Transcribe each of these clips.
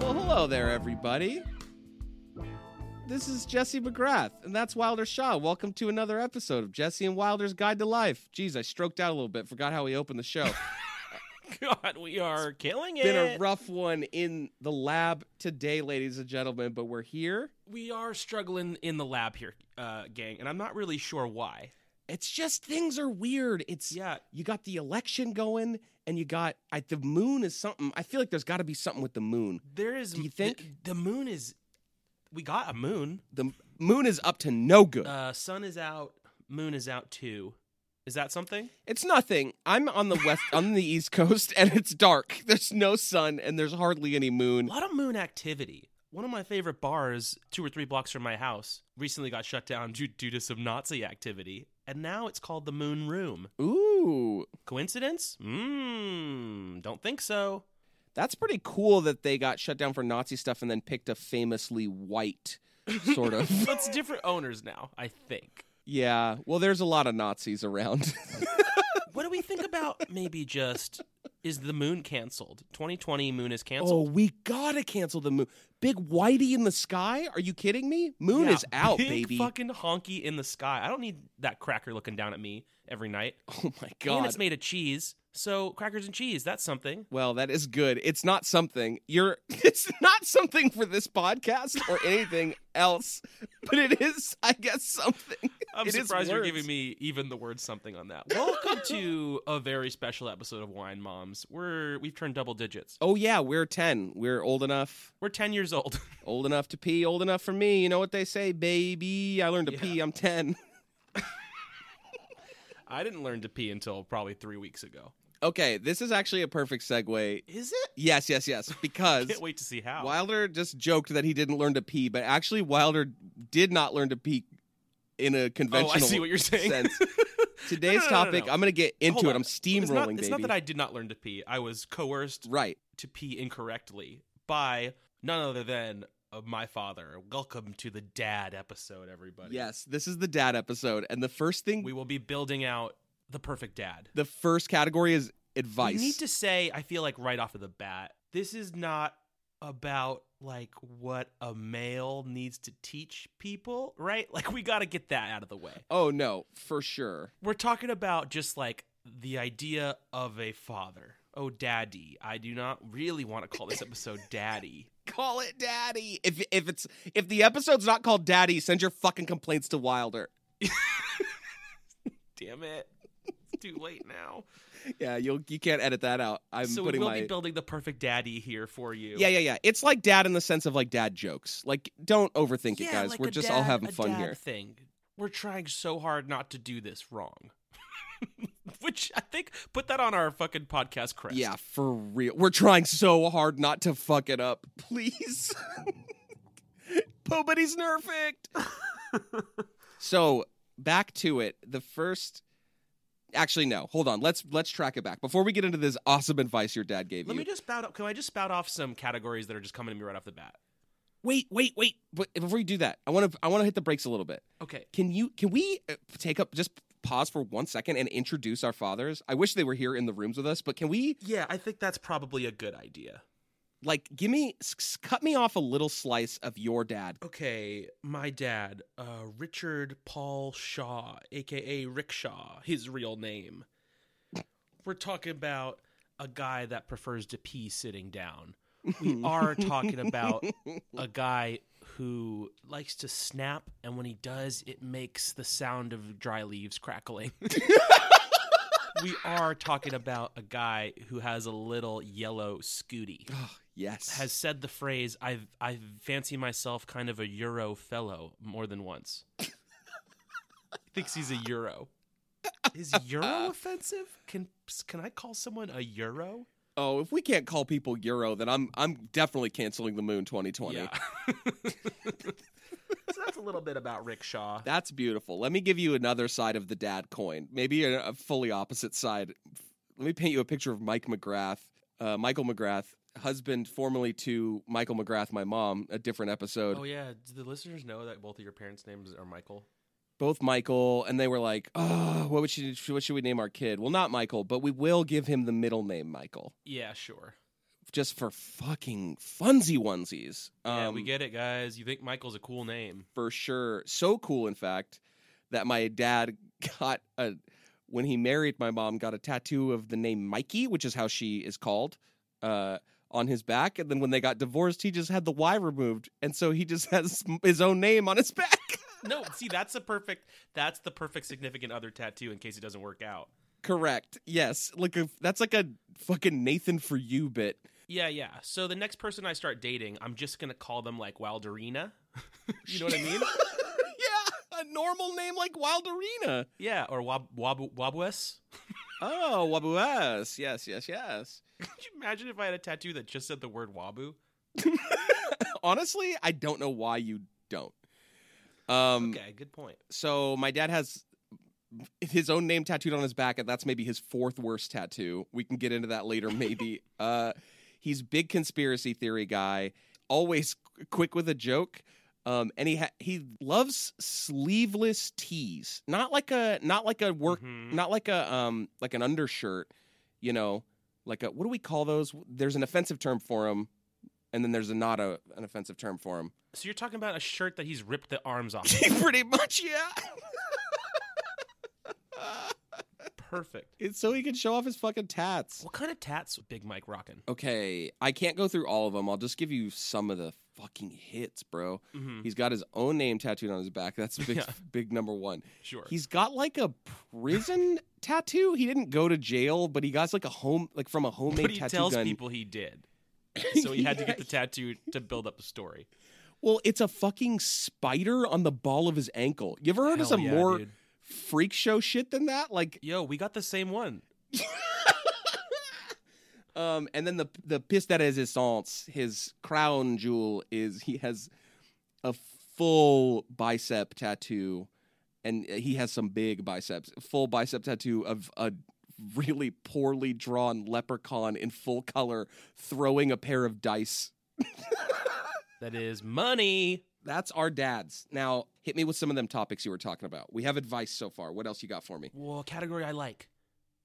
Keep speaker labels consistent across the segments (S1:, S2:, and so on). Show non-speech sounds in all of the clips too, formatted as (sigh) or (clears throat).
S1: Hello there, everybody. This is Jesse McGrath, and that's Wilder Shaw. Welcome to another episode of Jesse and Wilder's Guide to Life. Jeez, I stroked out a little bit, forgot how we opened the show.
S2: God, we are killing it.
S1: Been a rough one in the lab today, ladies and gentlemen, but we're here.
S2: we are struggling in the lab here, uh, gang, and I'm not really sure why.
S1: It's just things are weird. It's
S2: Yeah,
S1: you got the election going, and you got I, the moon is something. I feel like there's got to be something with the moon.
S2: there is.
S1: Do you
S2: th-
S1: think-
S2: the, moon is? We got a moon.
S1: The moon is up to no good.
S2: Uh, sun is out. Moon is out too. Is that something?
S1: It's nothing. I'm on the west, on the east coast, and it's dark. There's no sun, and there's hardly any
S2: A
S1: moon.
S2: lot of moon activity. One of my favorite bars, two or three blocks from my house, recently got shut down due, due to some Nazi activity, and now it's called the Moon Room.
S1: Ooh,
S2: Coincidence? Mmm, don't think so.
S1: that's pretty cool that they got shut down for Nazi stuff and then picked a famously white sort
S2: (laughs)
S1: of.
S2: That's different owners now, I think.
S1: yeah. Well, there's a lot of Nazis
S2: (laughs)
S1: around.
S2: What do we think about maybe just is the moon canceled? 2020 moon is
S1: oh,
S2: canceled.
S1: we gotta cancel the moon. Big whitey in the sky? Are you kidding me? Oh, Moon
S2: Yeah,
S1: is out,
S2: big
S1: baby.
S2: Fucking honky in the sky. I don't need that cracker looking down at me every night.
S1: oh my
S2: And
S1: god.
S2: it's made of cheese. So crackers and cheese, that's something.
S1: Well, that is good. It's not something. You're (laughs) it's not something for this podcast or anything (laughs) else, but it is I guess something. (laughs)
S2: I'm
S1: It is
S2: surprised you're
S1: words.
S2: giving me even the word something on that. Welcome to a very special episode of Wine Moms. We're we've turned double digits.
S1: Oh yeah, we're 10. We're old enough,
S2: We're 10 years old. (laughs)
S1: old enough to pee, old enough for me. You know what they say, baby? I learned to
S2: Yeah.
S1: pee. I'm 10.
S2: I didn't learn to pee until probably 3 weeks ago.
S1: Okay, this is actually a perfect segue.
S2: Is it?
S1: Yes, yes, (laughs) yes, because
S2: Can't wait to see how.
S1: Wilder just joked that he didn't learn to pee, but actually Wilder did not learn to pee in a
S2: Oh,
S1: conventional
S2: I see what you're
S1: (laughs)
S2: saying.
S1: sense. Today's
S2: no, no, no,
S1: topic,
S2: no.
S1: I'm going to get into
S2: Hold
S1: it.
S2: on.
S1: I'm steamrolling,
S2: it's not,
S1: baby.
S2: it's not that I did not learn to pee. I was coerced
S1: Right.
S2: to pee incorrectly by none other than uh, my father. Welcome to the dad episode, everybody.
S1: Yes, this is the dad episode, and the first thing,
S2: We will be building out the perfect dad.
S1: the first category is
S2: I
S1: advice.
S2: need to say, I feel like right off of the bat, this is not about like what a male needs to teach people, right? Like we got to get that out of the way.
S1: oh no, for sure.
S2: We're talking about just like the idea of a father. Oh, daddy. I do not really want to call
S1: (laughs)
S2: this episode daddy.
S1: Call it daddy. If if it's if the episode's not called daddy, send your fucking complaints to Wilder.
S2: Damn it. It's too late now.
S1: Yeah, you'll you can't edit that out. I'm
S2: so we
S1: putting
S2: will
S1: my
S2: be building the perfect daddy here for you.
S1: yeah, yeah, yeah. It's like dad in the sense of like dad jokes. Like, don't overthink it,
S2: Yeah,
S1: guys.
S2: like
S1: We're
S2: a
S1: just all
S2: dad-
S1: having
S2: a
S1: fun
S2: dad
S1: here.
S2: Thing. We're trying so hard not to do this wrong. (laughs) Which I think put that on our fucking podcast crest.
S1: Yeah, for real. We're trying so hard not to fuck it up. (laughs) Please. Nobody's perfect. (laughs) so back to it. The first actually no, hold on. Let's let's track it back. Before we get into this awesome advice your dad gave
S2: Let
S1: you.
S2: me just spout up. Can I just spout off some categories that are just coming to me right off the bat?
S1: wait, wait, wait. But before you do that, I wanna I wanna hit the brakes a little bit.
S2: Okay.
S1: Can you can we uh, take up just pause for one second and introduce our fathers? I wish they were here in the rooms with us, but can we
S2: Yeah, I think that's probably a good idea.
S1: like give me s- s- cut me off a little slice of your dad?
S2: Okay, my dad, uh, Richard Paul Shaw, aka Rickshaw, his real name. We're talking about a guy that prefers to pee sitting down. We
S1: Hmm.
S2: are talking about a guy who likes to snap, and when he does, it makes the sound of dry leaves crackling. we are talking about a guy who has a little yellow scooty
S1: Oh, yes.
S2: has said the phrase I I fancy myself kind of a euro fellow more than once. Thinks he's a euro. Is (laughs) euro offensive? Can can I call someone a euro?
S1: oh, if we can't call people Euro, then I'm I'm definitely canceling the moon 2020.
S2: (laughs) so that's a little bit about rickshaw.
S1: That's beautiful. Let me give you another side of the dad coin. Maybe a, a fully opposite side. Let me paint you a picture of Mike McGrath, uh, Michael McGrath, husband formerly to Michael McGrath, my mom. A different episode.
S2: Oh yeah, do the listeners know that both of your parents' names are Michael?
S1: both Michael and they were like, "Oh, what would she, what should we name our kid?" Well, not Michael, but we will give him the middle name Michael
S2: Yeah, sure.
S1: just for fucking Um, funsy onesies.
S2: yeah, we get it, guys. You think Michael's a cool name?
S1: for sure. So cool, in fact, that my dad (laughs) got a when he married my mom got a tattoo of the name Mikey, which is how she is called, uh, on his back. And then when they got divorced, he just had the Y removed, and so he just (laughs) has his own name on his (laughs) back.
S2: No, see, that's the perfect. That's the perfect significant other tattoo in case it doesn't work out.
S1: Correct. Yes. Like a, that's like a fucking Nathan for you bit.
S2: Yeah, yeah. So the next person I start dating, I'm just gonna call them like Wilderina. (laughs) you know what
S1: (laughs)
S2: I mean?
S1: yeah, a normal name like Wilderina.
S2: yeah, or Wab Wab Wabwes. (laughs)
S1: Oh, Wabuas. Yes, yes, yes.
S2: Could you imagine if I had a tattoo that just said the word Wabu?
S1: Honestly, I don't know why you don't. Um,
S2: Okay, good point.
S1: so my dad has his own name tattooed on his back, and that's maybe his fourth worst tattoo. We can get into that later, maybe. uh, he's big conspiracy theory guy, always qu- quick with a joke. Um, and he ha- he loves sleeveless tees, not like a not like a work,
S2: Mhm.
S1: not like a um like an undershirt, you know, like a what do we call those? There's an offensive term for him, and then there's a not a, an offensive term for him.
S2: So you're talking about a shirt that he's ripped the arms off.
S1: (laughs)
S2: of.
S1: Pretty much, yeah.
S2: Perfect.
S1: (laughs) It's so he can show off his fucking tats.
S2: What kind of tats Big Mike rocking?
S1: Okay, I can't go through all of them. I'll just give you some of the fucking hits, bro.
S2: Mm-hmm.
S1: He's got his own name tattooed on his back. That's (laughs) big,
S2: Yeah.
S1: big number one.
S2: Sure.
S1: He's got like a (laughs) prison tattoo. He didn't go to jail, but he got like a home, like from a homemade
S2: but he
S1: tattoo
S2: tells
S1: gun.
S2: people
S1: (laughs)
S2: he did. So he had to get the tattoo to build up the story.
S1: well, it's a fucking spider on the ball of his ankle. You ever heard of
S2: Hell
S1: some
S2: yeah,
S1: more
S2: dude.
S1: freak show shit than that? Like,
S2: Yo, we got the same one.
S1: Um, and then the the piece de resistance, his crown jewel, is he has a full bicep tattoo, and he has some big biceps. Full bicep tattoo of a really poorly drawn leprechaun in full color throwing a pair of dice.
S2: That is money.
S1: That's our dads. Now hit me with some of them topics you were talking about. We have advice so far. What else you got for me?
S2: Well, category I like.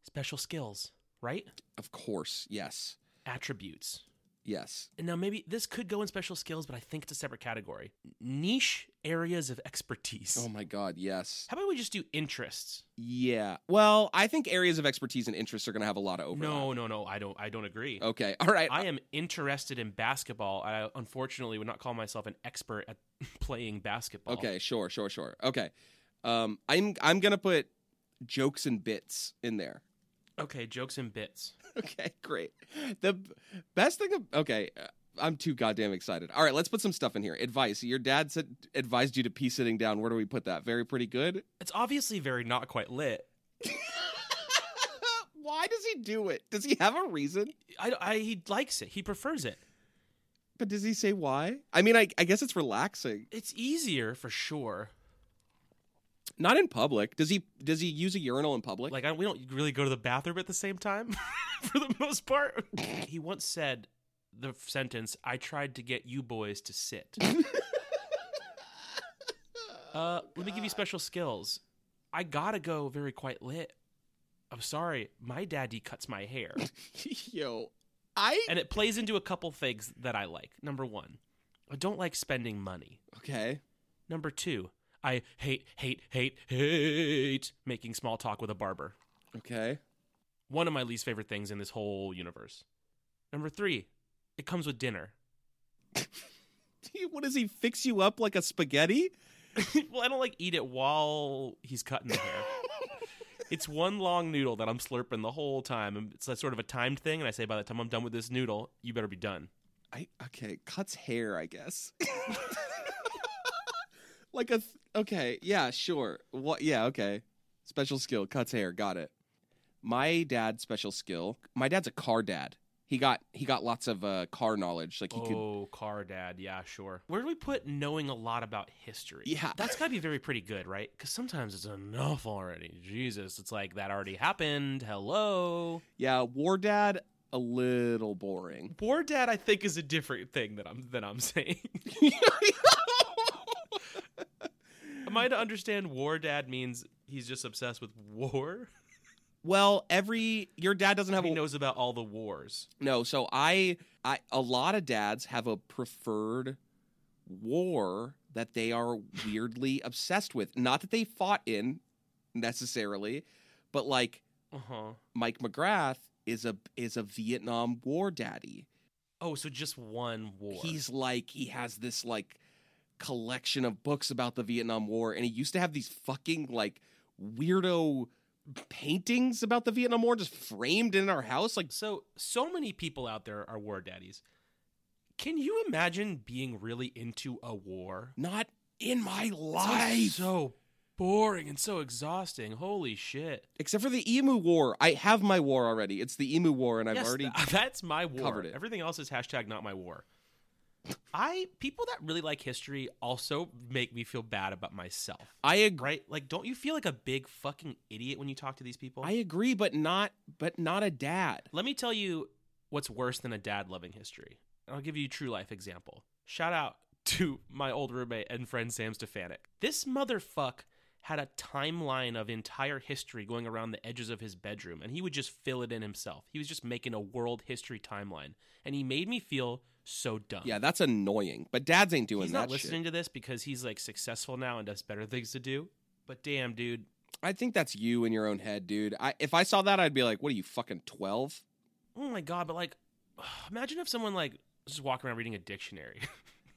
S2: Special skills, right?
S1: Of course, yes,
S2: Attributes.
S1: yes.
S2: And now maybe this could go in special skills, but I think it's a separate category. Niche areas of expertise.
S1: Oh my God, yes.
S2: How about we just do interests?
S1: Yeah. Well, I think areas of expertise and interests are going to have a lot of overlap.
S2: No, no, no. I don't. I don't agree.
S1: Okay. All right.
S2: I am interested in basketball. I unfortunately would not call myself an expert at (laughs) playing basketball.
S1: okay. Sure. Sure. Sure. Okay. Um, I'm I'm gonna put jokes and bits in there. (laughs)
S2: Okay. Jokes and bits.
S1: Okay. Great. The b- best thing. ab- Okay. uh, I'm too goddamn excited. All right. Let's put some stuff in here. Advice. Your dad said advised you to pee sitting down. Where do we put that? Very pretty good. (laughs)
S2: It's obviously very not quite lit.
S1: Why does he do it? Does he have a reason?
S2: I, I he likes it. He prefers it.
S1: But does he say why? I mean, I, I guess it's relaxing.
S2: It's easier for sure.
S1: Not in public. Does he does he use a urinal in public? (laughs)
S2: Like I, we don't really go to the bathroom at the same time (laughs) for the most part. he once said the f- sentence, "I tried to get you boys to sit." Uh, let me give you special skills. I gotta go very quite lit. I'm sorry, my daddy cuts my (laughs) hair,
S1: Yo, I
S2: and it plays into a couple things that I like. Number one, I don't like spending money.
S1: okay.
S2: Number two, I hate, hate, hate, hate making small talk with a barber.
S1: Okay. (laughs)
S2: One of my least favorite things in this whole universe. Number three, it comes with dinner. (laughs)
S1: What does he fix you up like a spaghetti?
S2: (laughs) well, I don't like eat it while he's cutting the (laughs) hair. it's one long noodle that I'm slurping the whole time. and It's a sort of a timed thing, and I say by the time I'm done with this noodle, you better be done.
S1: I okay, cuts hair, I guess. (laughs) like a th- okay, yeah, sure. What yeah, okay. Special skill, cuts hair, got it. My dad's special skill. My dad's a car dad. He got he got lots of uh, car knowledge like he could
S2: oh, car dad, yeah, sure. Where do we put knowing a lot about history?
S1: Yeah.
S2: (laughs) that's got to be very pretty good, right? Because sometimes it's enough already. Jesus, it's like that already happened. Hello,
S1: Yeah, war dad a little boring.
S2: war dad. I think is a different thing that I'm than I'm (laughs) saying. Am I to understand war dad means he's just obsessed with war?
S1: Well, every your dad doesn't have
S2: he
S1: a
S2: knows about all the wars.
S1: no. So I, I a lot of dads have a preferred war that they are weirdly (laughs) obsessed with. Not that they fought in necessarily, but like
S2: Uh huh.
S1: Mike McGrath is a is a Vietnam War daddy.
S2: Oh, so just one war.
S1: He's like he has this like collection of books about the Vietnam War, and he used to have these fucking like weirdo paintings about the Vietnam War just framed in our house. Like
S2: so so many people out there are war daddies. Can you imagine being really into a war?
S1: not in my
S2: Sounds
S1: life.
S2: So boring and so exhausting. Holy shit!
S1: Except for the Emu War. I have my war already. It's the Emu War, and I've
S2: Yes,
S1: already
S2: th- (laughs) that's my war.
S1: covered it.
S2: Everything else is hashtag not my war. I people that really like history also make me feel bad about myself.
S1: (laughs) I agree
S2: Right? Like, don't you feel like a big fucking idiot when you talk to these people?
S1: I agree, but not but not a dad.
S2: Let me tell you what's worse than a dad loving history. And I'll give you a true life example. Shout out (laughs) to my old roommate and friend Sam Stefanik. This motherfuck had a timeline of entire history going around the edges of his bedroom, and he would just fill it in himself. He was just making a world history timeline, and he made me feel so dumb.
S1: Yeah, that's annoying. But dads ain't doing
S2: he's
S1: that
S2: not
S1: shit.
S2: listening to this because he's like successful now and does better things to do. But damn, dude,
S1: I think that's you in your own head, dude. I, if I saw that, I'd be like, "What are you fucking 12?
S2: oh my god! But like, (sighs) imagine if someone like just walking around reading a dictionary,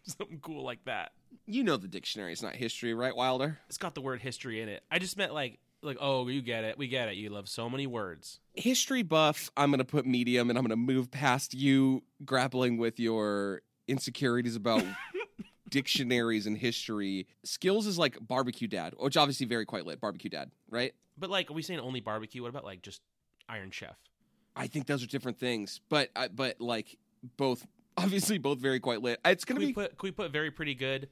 S2: (laughs) something cool like that.
S1: You know the dictionary is not history, right, Wilder?
S2: it's got the word history in it. I just meant like like oh you get it we get it you love so many words.
S1: History buff. I'm gonna put medium, and I'm gonna move past you grappling with your insecurities about
S2: (laughs)
S1: dictionaries and history. Skills is like barbecue dad, which obviously very quite lit. Barbecue dad, right?
S2: But like are we saying only barbecue? What about like just Iron Chef?
S1: I think those are different things, but I but like both, obviously both very quite lit. It's
S2: Can
S1: gonna
S2: we
S1: be.
S2: put can we put very pretty good?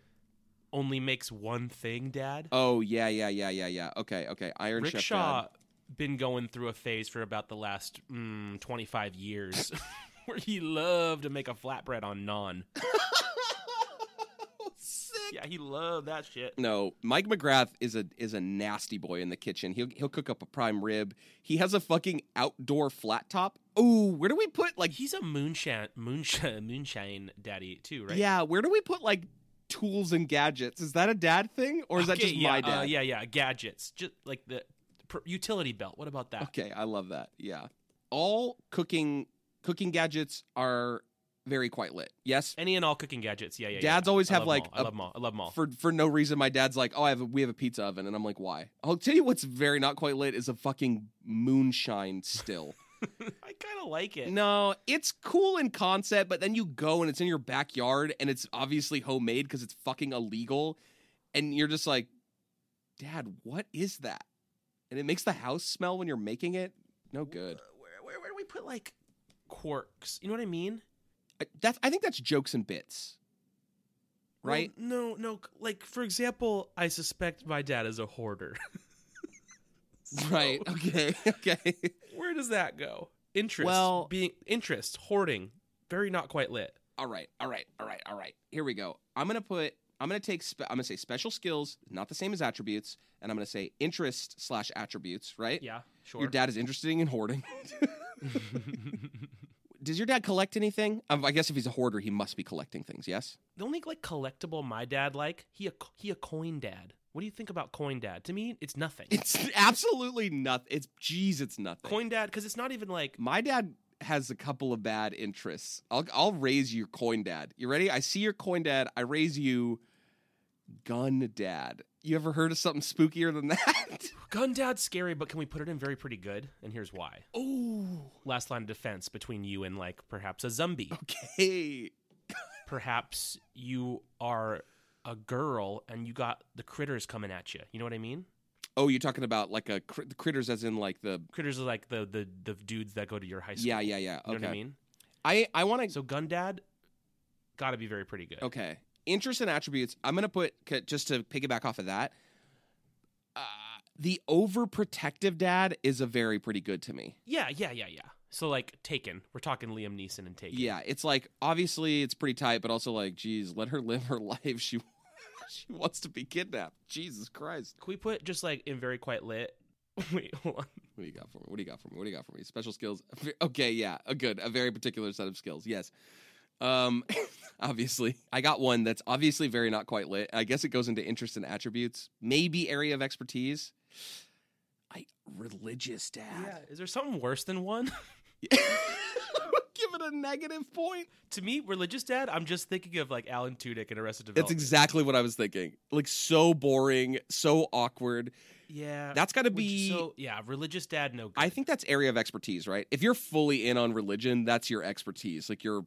S2: Only makes one thing, Dad.
S1: oh yeah, yeah, yeah, yeah, yeah. Okay, okay. Iron
S2: Rick
S1: Chef
S2: Shaw
S1: Dad.
S2: been going through a phase for about the last mm, twenty five years (laughs) where he loved to make a flatbread on naan.
S1: (laughs) Oh, Sick.
S2: Yeah, he loved that shit.
S1: No, Mike McGrath is a is a nasty boy in the kitchen. He'll he'll cook up a prime rib. He has a fucking outdoor flat top. Ooh, where do we put like
S2: He's a moonshine moonshine (laughs) moonshine daddy too, (laughs) right?
S1: Yeah, where do we put like tools and gadgets? Is that a dad thing or is that
S2: Okay,
S1: just
S2: yeah,
S1: my
S2: uh,
S1: dad?
S2: yeah, yeah, gadgets, just like the pr- utility belt. What about that?
S1: Okay, I love that. Yeah. All cooking cooking gadgets are very quite lit. Yes.
S2: Any and all cooking gadgets. Yeah, yeah.
S1: Dads
S2: yeah.
S1: always
S2: I
S1: have,
S2: love
S1: like,
S2: them all. I
S1: a-
S2: love them all. I love them all.
S1: For for no reason my dad's like, "Oh, I have a, we have a pizza oven." And I'm like, "Why?" I'll tell you what's very not quite lit is a fucking moonshine still.
S2: (laughs) I kind of like it.
S1: No, it's cool in concept, but then you go and it's in your backyard and it's obviously homemade because it's fucking illegal. And you're just like, Dad, what is that? And it makes the house smell when you're making it. No good.
S2: Where, where, where do we put like quirks? You know what I mean?
S1: I, that's, I think that's jokes and
S2: (laughs)
S1: bits.
S2: Well,
S1: Right?
S2: no, no. c- Like for example, I suspect my dad is a hoarder. (laughs) So,
S1: Right. Okay. (laughs) Okay.
S2: Where does that go? Interest.
S1: Well-
S2: being interest hoarding. Very not quite lit.
S1: all right. All right. All right. All right. Here we go. I'm going to put, I'm going to take, spe- I'm going to say special skills, not the same as attributes. And I'm going to say interest slash attributes, right?
S2: Yeah. Sure.
S1: Your dad is interested in hoarding. (laughs)
S2: (laughs)
S1: Does your dad collect anything? Um, I guess if he's a hoarder, he must be collecting things. Yes.
S2: the only like collectible my dad like he a he a coin dad. What do you think about coin dad? To me, it's nothing.
S1: It's (laughs) absolutely nothing. It's jeez, it's nothing.
S2: coin dad because it's not even like
S1: My dad has a couple of bad interests. I'll I'll raise your coin dad. You ready? I see your coin dad. I raise you, gun dad. You ever heard of something spookier than that? (laughs)
S2: gun dad's scary, but can we put it in very pretty good? And here's why.
S1: oh,
S2: Last line of defense between you and like perhaps a zombie.
S1: okay.
S2: perhaps you are a girl and you got the critters coming at you. You know what I mean?
S1: Oh, you're talking about like a cr- the critters, as in like the
S2: Critters are like the the the dudes that go to your high school.
S1: yeah, yeah, yeah.
S2: You know
S1: Okay.
S2: what I mean?
S1: I I want to
S2: So gun dad got to be very pretty good.
S1: Okay. Interests and attributes. I'm going to put, c- just to piggyback off of that, uh, the overprotective dad is a very pretty good to me.
S2: Yeah, yeah, yeah, yeah. So like Taken, we're talking Liam Neeson and Taken.
S1: Yeah. It's like, obviously, it's pretty tight, but also like, geez, let her (laughs) live her life. She. She wants to be kidnapped. Jesus Christ.
S2: Can we put just like in very quiet lit? (laughs) Wait, hold on.
S1: What do you got for me? What do you got for me? What do you got for me? Special skills. (laughs) Okay, yeah, a good, a very particular set of skills. Yes. Um, (laughs) obviously, I got one that's obviously very not quite lit. I guess it goes into interest and attributes, maybe area of expertise. I religious
S2: Yeah.
S1: dad.
S2: Is there something worse than one? (laughs)
S1: (laughs) Give it a negative point.
S2: to me, religious dad, I'm just thinking of like Alan Tudyk in Arrested
S1: That's
S2: Development.
S1: exactly what I was thinking. Like so boring, so awkward.
S2: yeah.
S1: That's got to
S2: Would
S1: be.
S2: you- so yeah, religious dad, no good.
S1: I think that's area of expertise, right? If you're fully in on religion, that's your expertise. Like you're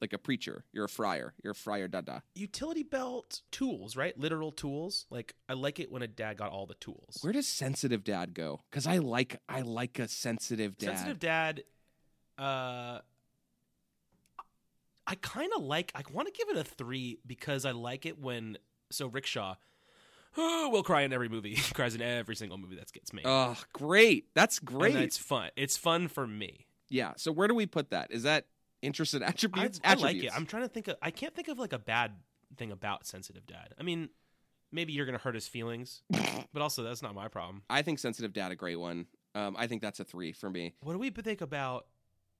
S1: like a preacher, you're a friar, you're a friar dada.
S2: utility belt tools, right? Literal tools. Like I like it when a dad got all the tools.
S1: Where does sensitive dad go? Cuz I like I like a sensitive dad.
S2: Sensitive dad. Uh, I kind of like. I want to give it a three because I like it when. So rickshaw. will cry in every movie. (laughs) He cries in every single movie that gets made.
S1: Oh, great. That's great.
S2: And it's fun. It's fun for me.
S1: yeah. So where do we put that? Is that interest and (laughs)
S2: I,
S1: attributes?
S2: I like it.
S1: Attributes.
S2: I'm trying to think of. I can't think of like a bad thing about sensitive dad. I mean, maybe you're gonna hurt his
S1: (laughs)
S2: feelings, but also that's not my problem.
S1: I think sensitive dad a great one. Um, I think that's a 3 for me.
S2: What do we think about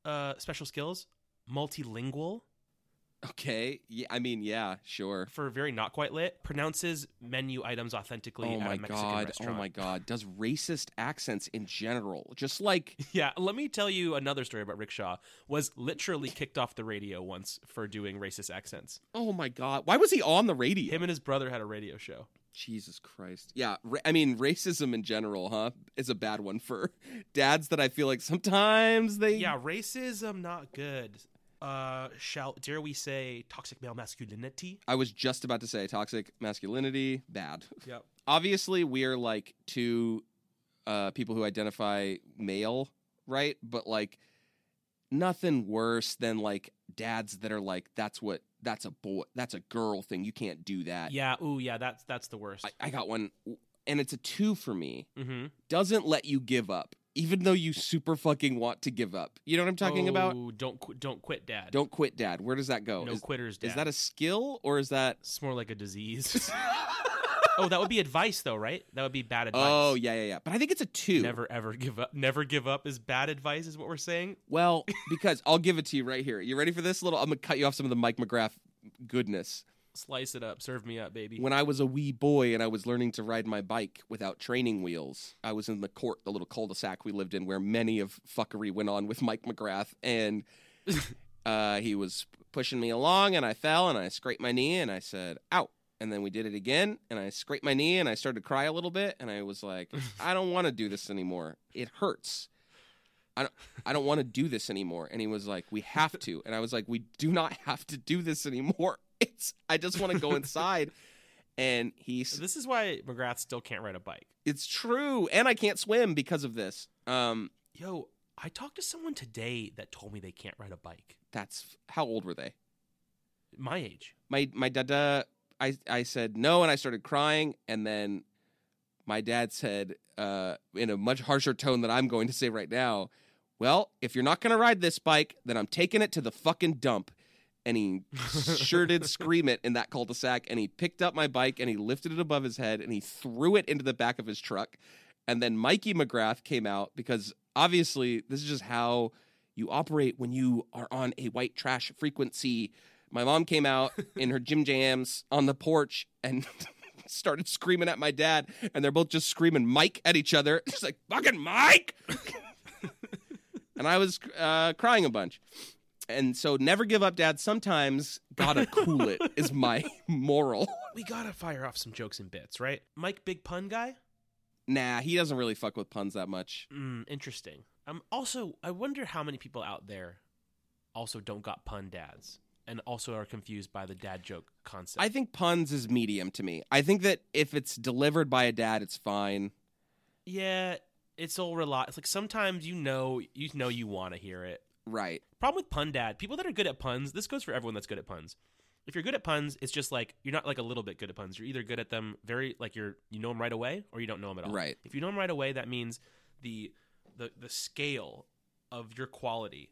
S2: uh special skills? Multilingual
S1: Okay. Yeah, I mean, yeah, sure.
S2: for very not quite lit pronounces menu items authentically
S1: Oh
S2: at
S1: my
S2: a Mexican
S1: god.
S2: restaurant.
S1: Oh my god. Does racist accents in general. Just like
S2: (laughs) Yeah, let me tell you another story about Rickshaw. Was literally kicked off the radio once for doing racist accents.
S1: Oh my god. Why was he on the radio?
S2: Him and his brother had a radio show.
S1: Jesus Christ. Yeah, ra- I mean racism in general, huh, is a bad one for (laughs) dads that I feel like sometimes they
S2: Yeah, racism not good. Uh shall dare we say toxic male masculinity?
S1: I was just about to say toxic masculinity, bad.
S2: Yep.
S1: Obviously, we are like two uh people who identify male, right? But like nothing worse than like dads that are like that's what that's a boy, that's a girl thing. You can't do that.
S2: Yeah, ooh, yeah, that's that's the worst.
S1: I, I got one and it's a 2 for me.
S2: mm-hmm.
S1: doesn't let you give up, even though you super fucking want to give up. You know what I'm talking about?
S2: don't qu- don't quit, dad.
S1: Don't quit, dad. Where does that go?
S2: Oh. no
S1: is,
S2: quitters, dad.
S1: is that a skill or is that.
S2: It's more like a disease.
S1: (laughs)
S2: oh, that would be advice though, right? That would be bad advice.
S1: oh, yeah, yeah, yeah. But I think it's a two.
S2: Never ever give up. Never give up is bad advice, is what we're saying.
S1: Well, because I'll give it to you right here. You ready for this little? I'm going to cut you off some of the Mike McGrath goodness.
S2: Slice it up, serve me up, baby.
S1: When I was a wee boy and I was learning to ride my bike without training wheels, I was in the court, the little cul-de-sac we lived in, where many of fuckery went on with (laughs) Mike McGrath, and uh, he was pushing me along, and I fell, and I scraped my knee, and I said, "Ow!" And then we did it again, and I scraped my knee, and I started to cry a little bit, and I was like, "I don't want to do this anymore. It hurts." I don't, I don't want to do this anymore. And he was like, We have to. And I was like, We do not have to do this anymore. (laughs) It's I just want to go inside. And he s-
S2: this is why McGrath still can't ride a bike.
S1: it's true. And I can't swim because of this. Um,
S2: Yo, I talked to someone today that told me they can't ride a bike.
S1: that's how old were they?
S2: My age.
S1: My my dada I I said no and I started crying and then my dad said uh in a much harsher tone that I'm going to say right now, well, if you're not going to ride this bike, then I'm taking it to the fucking dump. And he (laughs) sure did scream it in that cul-de-sac and he picked up my bike and he lifted it above his head and he threw it into the back of his truck and then mikey mcgrath came out because obviously this is just how you operate when you are on a white trash frequency my mom came out in her gym jams on the porch and (laughs) started screaming at my dad and they're both just screaming mike at each other (laughs) it's like fucking mike (laughs) and i was uh, crying a bunch and so never give up dad sometimes gotta cool
S2: (laughs)
S1: it is my moral
S2: (laughs) We gotta fire off some jokes and bits, right? Mike, big pun guy.
S1: nah he doesn't really fuck with puns that much
S2: Mm, interesting. Um. Also, I wonder how many people out there also don't got pun dads and also are confused by the dad joke concept.
S1: I think puns is medium to me. I think that if it's delivered by a dad, it's fine.
S2: Yeah, it's all rely. It's like sometimes you know you know you want to hear it.
S1: Right.
S2: Problem with pun dad, people that are good at puns. This goes for everyone that's good at puns. If you're good at puns, it's just like you're not like a little bit good at puns. You're either good at them very like you're you know them right away or you don't know them at all.
S1: Right.
S2: If you know them right away, that means the the the scale of your quality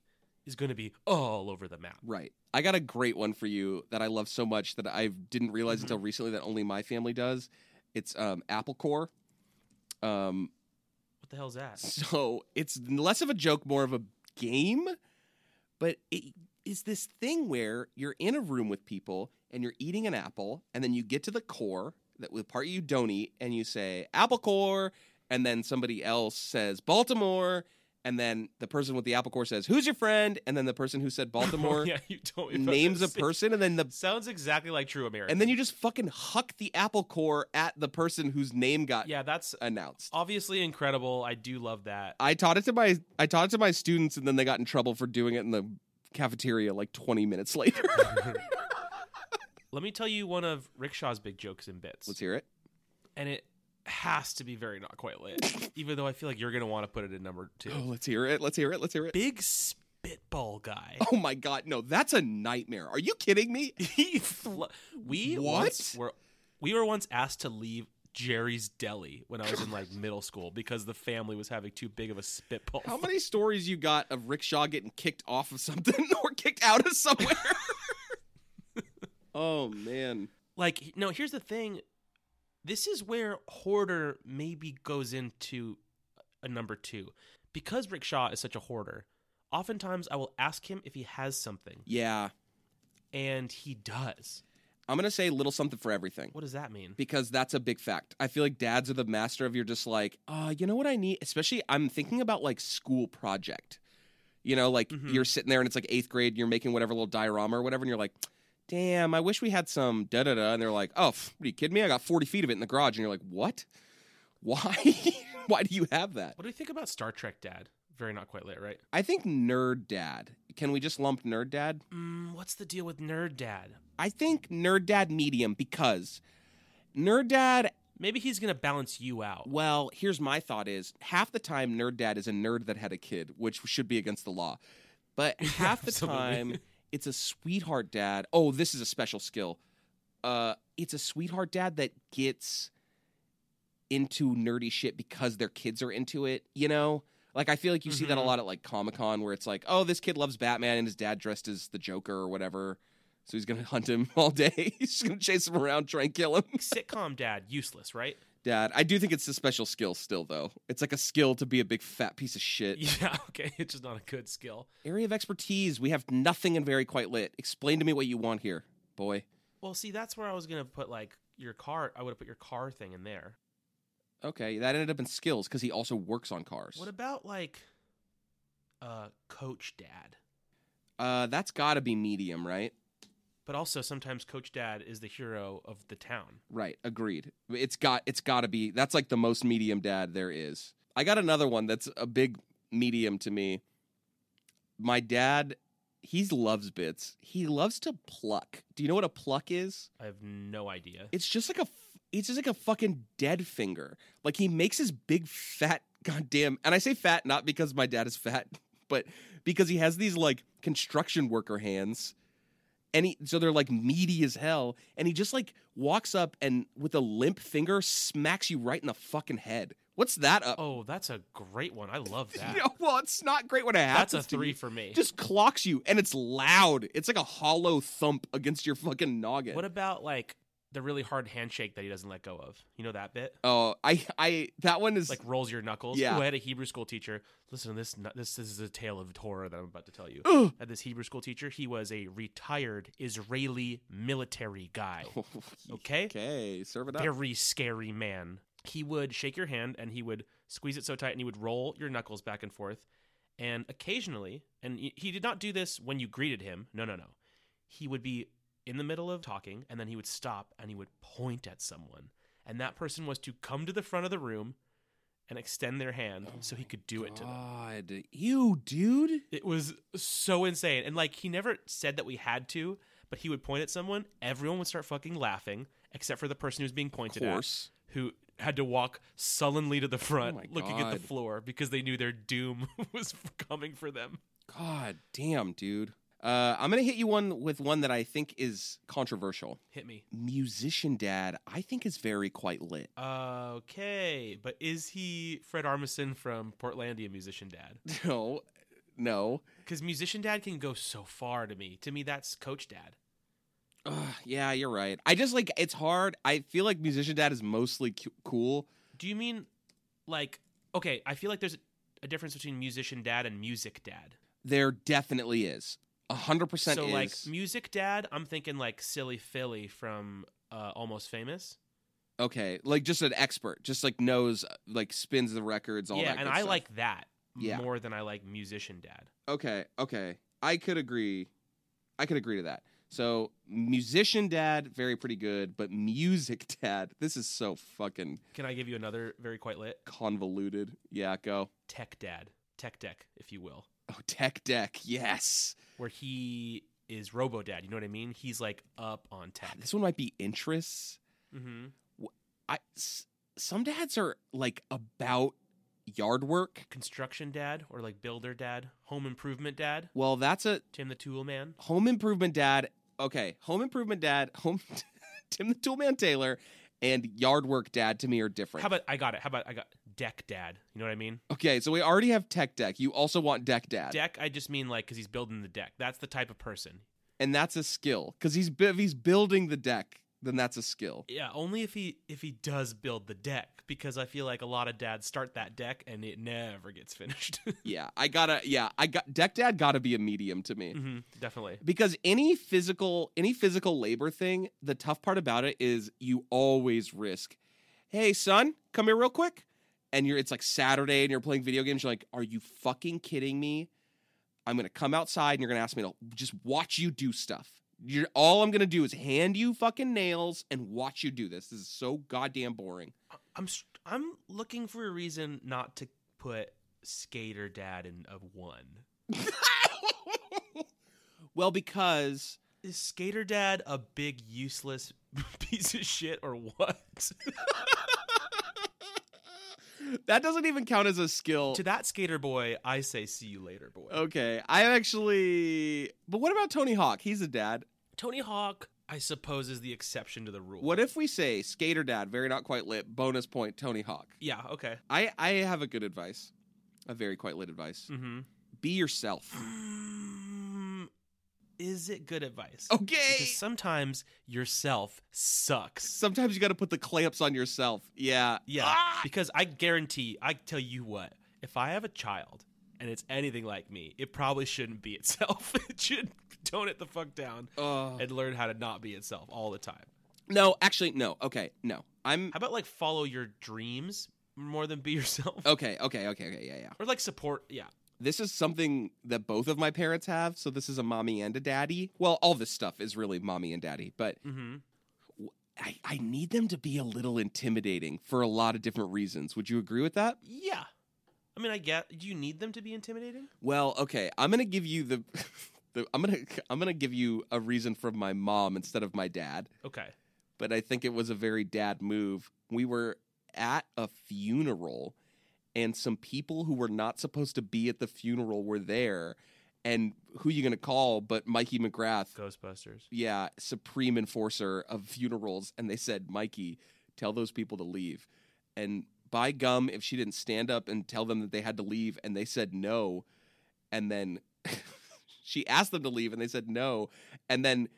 S2: is going to be all over the map.
S1: Right. I got a great one for you that I love so much that I didn't realize
S2: Mm-hmm.
S1: until recently that only my family does. It's um, apple core. Um,
S2: What the hell's that?
S1: So it's less of a joke, more of a game. But it is this thing where you're in a room with people and you're eating an apple, and then you get to the core, that the part you don't eat, and you say apple core, and then somebody else says Baltimore, and then the person with the apple core says who's your friend, and then the person
S2: (laughs)
S1: who said Baltimore
S2: Oh, yeah, you told me about
S1: names a
S2: this. (laughs)
S1: person, and then the
S2: Sounds exactly like True American.
S1: and then you just fucking huck the apple core at the person whose name got
S2: yeah, that's
S1: announced.
S2: obviously incredible. I do love that.
S1: I taught it to my I taught it to my students, and then they got in trouble for doing it in the cafeteria like 20 minutes (laughs) later.
S2: Let me tell you one of Rickshaw's big jokes and bits,
S1: Let's hear it.
S2: and it has to be very not quite
S1: (laughs)
S2: lit, even though I feel like you're gonna want to put it in number two.
S1: Oh, let's hear it. Let's hear it. Let's hear it.
S2: Big spitball guy.
S1: Oh my god, no, that's a nightmare. Are you kidding me?
S2: (laughs) He fl- we
S1: What?
S2: once were we were once asked to leave Jerry's Deli when I was in like middle school because the family was having too big of a spitball.
S1: How many stories you got of rickshaw getting kicked off of something (laughs) or kicked out of somewhere? oh man.
S2: like no here's the thing this is where hoarder maybe goes into a number two because rickshaw is such a hoarder oftentimes i will ask him if he has something
S1: Yeah.
S2: and he does
S1: I'm going to say little something for everything.
S2: what does that mean
S1: because that's a big fact. I feel like dads are the master of you're just like, uh, you know what I need? Especially I'm thinking about like school project. You know, like
S2: Mhm.
S1: you're sitting there and it's like eighth grade, you're making whatever little diorama or whatever, and you're like, damn, I wish we had some da da da. And they're like, oh, pff, what are you kidding me? I got 40 feet of it in the garage. And you're like, what? Why? (laughs) Why do you have that?
S2: what do you think about star trek dad very not quite lit right
S1: I think nerd dad. Can we just lump nerd dad?
S2: mm, what's the deal with nerd dad
S1: I think nerd dad medium because nerd dad
S2: maybe he's gonna balance you out (laughs)
S1: Well, here's my thought is half the time nerd dad is a nerd that had a kid, which should be against the law. But half the
S2: absolutely. (laughs)
S1: time it's a sweetheart dad. Oh, this is a special skill. Uh it's a sweetheart dad that gets into nerdy shit because their kids are into it, you know? Like I feel like you see that a
S2: Mhm.
S1: lot at like Comic-Con where it's like, "Oh, this kid loves Batman and his dad dressed as the Joker or whatever." So he's going to (laughs) hunt him all day. (laughs) he's just going to chase him around, try and kill him
S2: sitcom dad useless right
S1: dad. I do think it's a special skill still, though. It's like a skill to be a big fat piece of shit.
S2: (laughs) yeah okay it's just not a good skill
S1: Area of expertise. We have nothing in very quite lit. Explain to me what you want here, boy.
S2: well see that's where i was gonna put like your car i would have put your car thing in there
S1: Okay, that ended up in skills because he also works on cars.
S2: What about like uh coach dad?
S1: uh, that's got to be medium, right?
S2: But also sometimes coach dad is the hero of the town.
S1: Right. Agreed. It's got. It's got to be. That's like the most medium dad there is. I got another one that's a big medium to me. My dad, he loves bits. He loves to pluck. Do you know what a pluck is?
S2: I have no idea.
S1: It's just like a, f- it's just like a fucking dead finger. Like he makes his big fat (laughs) goddamn, and I say fat not because my dad is fat, (laughs) but because he has these like construction worker hands, and he so they're like meaty as hell, and he just like walks up and with a limp finger smacks you right in the fucking head. What's that up?
S2: oh, that's a great one. I (laughs)
S1: (laughs)
S2: love that.
S1: Yeah, well, it's not great when it happens.
S2: that's a
S1: to you.
S2: three for me.
S1: Just clocks you, and it's loud. It's like a hollow thump against your fucking noggin.
S2: what about like the really hard handshake that he doesn't let go of? You know that bit?
S1: oh, I, I, that one is
S2: Like rolls your knuckles.
S1: Yeah.
S2: Ooh, I had a Hebrew school teacher. Listen, to this nu- this this is a tale of horror that I'm about to tell you.
S1: Ugh.
S2: At this Hebrew school teacher, he was a retired Israeli military
S1: (laughs)
S2: guy. Okay?
S1: Okay, serve it up.
S2: very scary man. He would shake your hand and he would squeeze it so tight and he would roll your knuckles back and forth. And occasionally, and he- he did not do this when you greeted him. No, no, no. He would be in the middle of talking and then he would stop and he would point at someone. And that person was to come to the front of the room and extend their hand so he could do it to them.
S1: God, you dude.
S2: It was so insane. And like, he never said that we had to, but he would point at someone. Everyone would start fucking laughing except for the person who was being pointed at who had to walk sullenly to the front
S1: Oh my
S2: looking at
S1: God.
S2: the floor because they knew their doom (laughs) was coming for them.
S1: God damn, dude. Uh, I'm gonna hit you one with one that I think is controversial.
S2: Hit me.
S1: Musician dad, I think is very quite lit. (laughs)
S2: Uh, Okay, but is he Fred Armisen from Portlandia Musician Dad?
S1: No, no.
S2: Because Musician Dad can go so far to me. To me, that's Coach Dad.
S1: Ugh, yeah, you're right. I just like it's hard. I feel like musician dad is mostly cu- cool.
S2: Do you mean like Okay, I feel like there's a difference between musician dad and music dad.
S1: There definitely is. A hundred percent
S2: so
S1: is
S2: like music dad, I'm thinking like Silly Philly from uh, Almost Famous.
S1: okay, like just an expert, just like knows, uh, like spins the records, all
S2: yeah,
S1: that.
S2: and
S1: good
S2: I
S1: stuff.
S2: like that
S1: Yeah.
S2: more than I like musician dad.
S1: Okay, okay, I could agree. I could agree to that. So musician dad, very pretty good, but music (laughs) dad, this is so fucking
S2: Can I give you another very quite lit
S1: convoluted. Yeah, go.
S2: tech dad, tech deck, if you will,
S1: Oh, tech deck, yes.
S2: where he is robo dad. You know what I mean? He's like up on tech.
S1: This one might be interests.
S2: hmm
S1: I s- some dads are like about yard work.
S2: Construction dad or like builder dad, home improvement dad,
S1: Well, that's a
S2: Tim the Tool Man.
S1: home improvement dad. Okay, home improvement dad, home (laughs) Tim the Toolman Taylor, and yard work dad to me are different.
S2: How about I got it? How about I got deck dad? You know what I mean?
S1: okay, so we already have tech deck. You also want deck dad,
S2: Deck, I just mean like because he's building the deck. That's the type of person.
S1: and that's a skill because he's bu- if he's building the deck, then that's a
S2: (laughs)
S1: skill.
S2: Yeah, only if he if he does build the deck because I feel like a lot of dads start that deck and it never gets finished. (laughs)
S1: (laughs) yeah, I gotta. Yeah, I got deck dad. Gotta be a medium to me.
S2: hmm definitely.
S1: because any physical any physical labor thing the tough part about it is you always risk hey son come here real quick and you're it's like saturday and you're playing video games you're like are you fucking kidding me i'm gonna come outside and you're gonna ask me to just watch you do stuff you're all i'm gonna do is hand you fucking nails and watch you do this this is so goddamn boring
S2: I- I'm s- I'm looking for a reason not to put skater dad in a one.
S1: well because
S2: Is skater dad a big useless (laughs) piece of shit or what?
S1: that doesn't even count as a skill
S2: to that skater boy, I say see you later, boy.
S1: Okay, I actually. But what about Tony Hawk? He's a dad.
S2: Tony Hawk, I suppose, is the exception to the rule.
S1: What if we say skater dad, very not quite lit, bonus point, Tony Hawk?
S2: Yeah. Okay.
S1: I, I have a good advice, a very quite lit advice.
S2: Mm-hmm.
S1: Be yourself.
S2: Mm, is it good advice?
S1: Hmm. Okay.
S2: Because sometimes yourself sucks.
S1: Sometimes you got to put the clamps on yourself. Yeah.
S2: Yeah.
S1: Ah!
S2: Because I guarantee, I tell you what, if I have a child and it's anything like me, it probably shouldn't be (laughs) itself. it should tone it the fuck down
S1: Oh.
S2: and learn how to not be itself all the time.
S1: No, actually, no. Okay, no. I'm
S2: How about like follow your dreams more than be (laughs) yourself?
S1: okay. Okay. Okay. Okay. Yeah. Yeah.
S2: Or like support, yeah.
S1: This is something that both of my parents have. So this is a mommy and a daddy. Well, all this stuff is really mommy and daddy, but
S2: Mm-hmm.
S1: I, I need them to be a little intimidating for a lot of different reasons. Would you agree with that?
S2: Yeah. I mean, I get. Do you need them to be intimidating?
S1: Well, okay. I'm gonna give you the, (laughs) the I'm gonna I'm gonna give you a reason from my mom instead of my dad.
S2: Okay.
S1: But I think it was a very dad move. We were at a funeral, and some people who were not supposed to be at the funeral were there. And who you gonna call? But Mikey McGrath,
S2: Ghostbusters.
S1: yeah, supreme enforcer of funerals, and they said, Mikey, tell those people to leave. And by gum, if she didn't stand up and tell them that they had to leave, and they said no, and then (laughs) she asked them to leave, and they said no, and then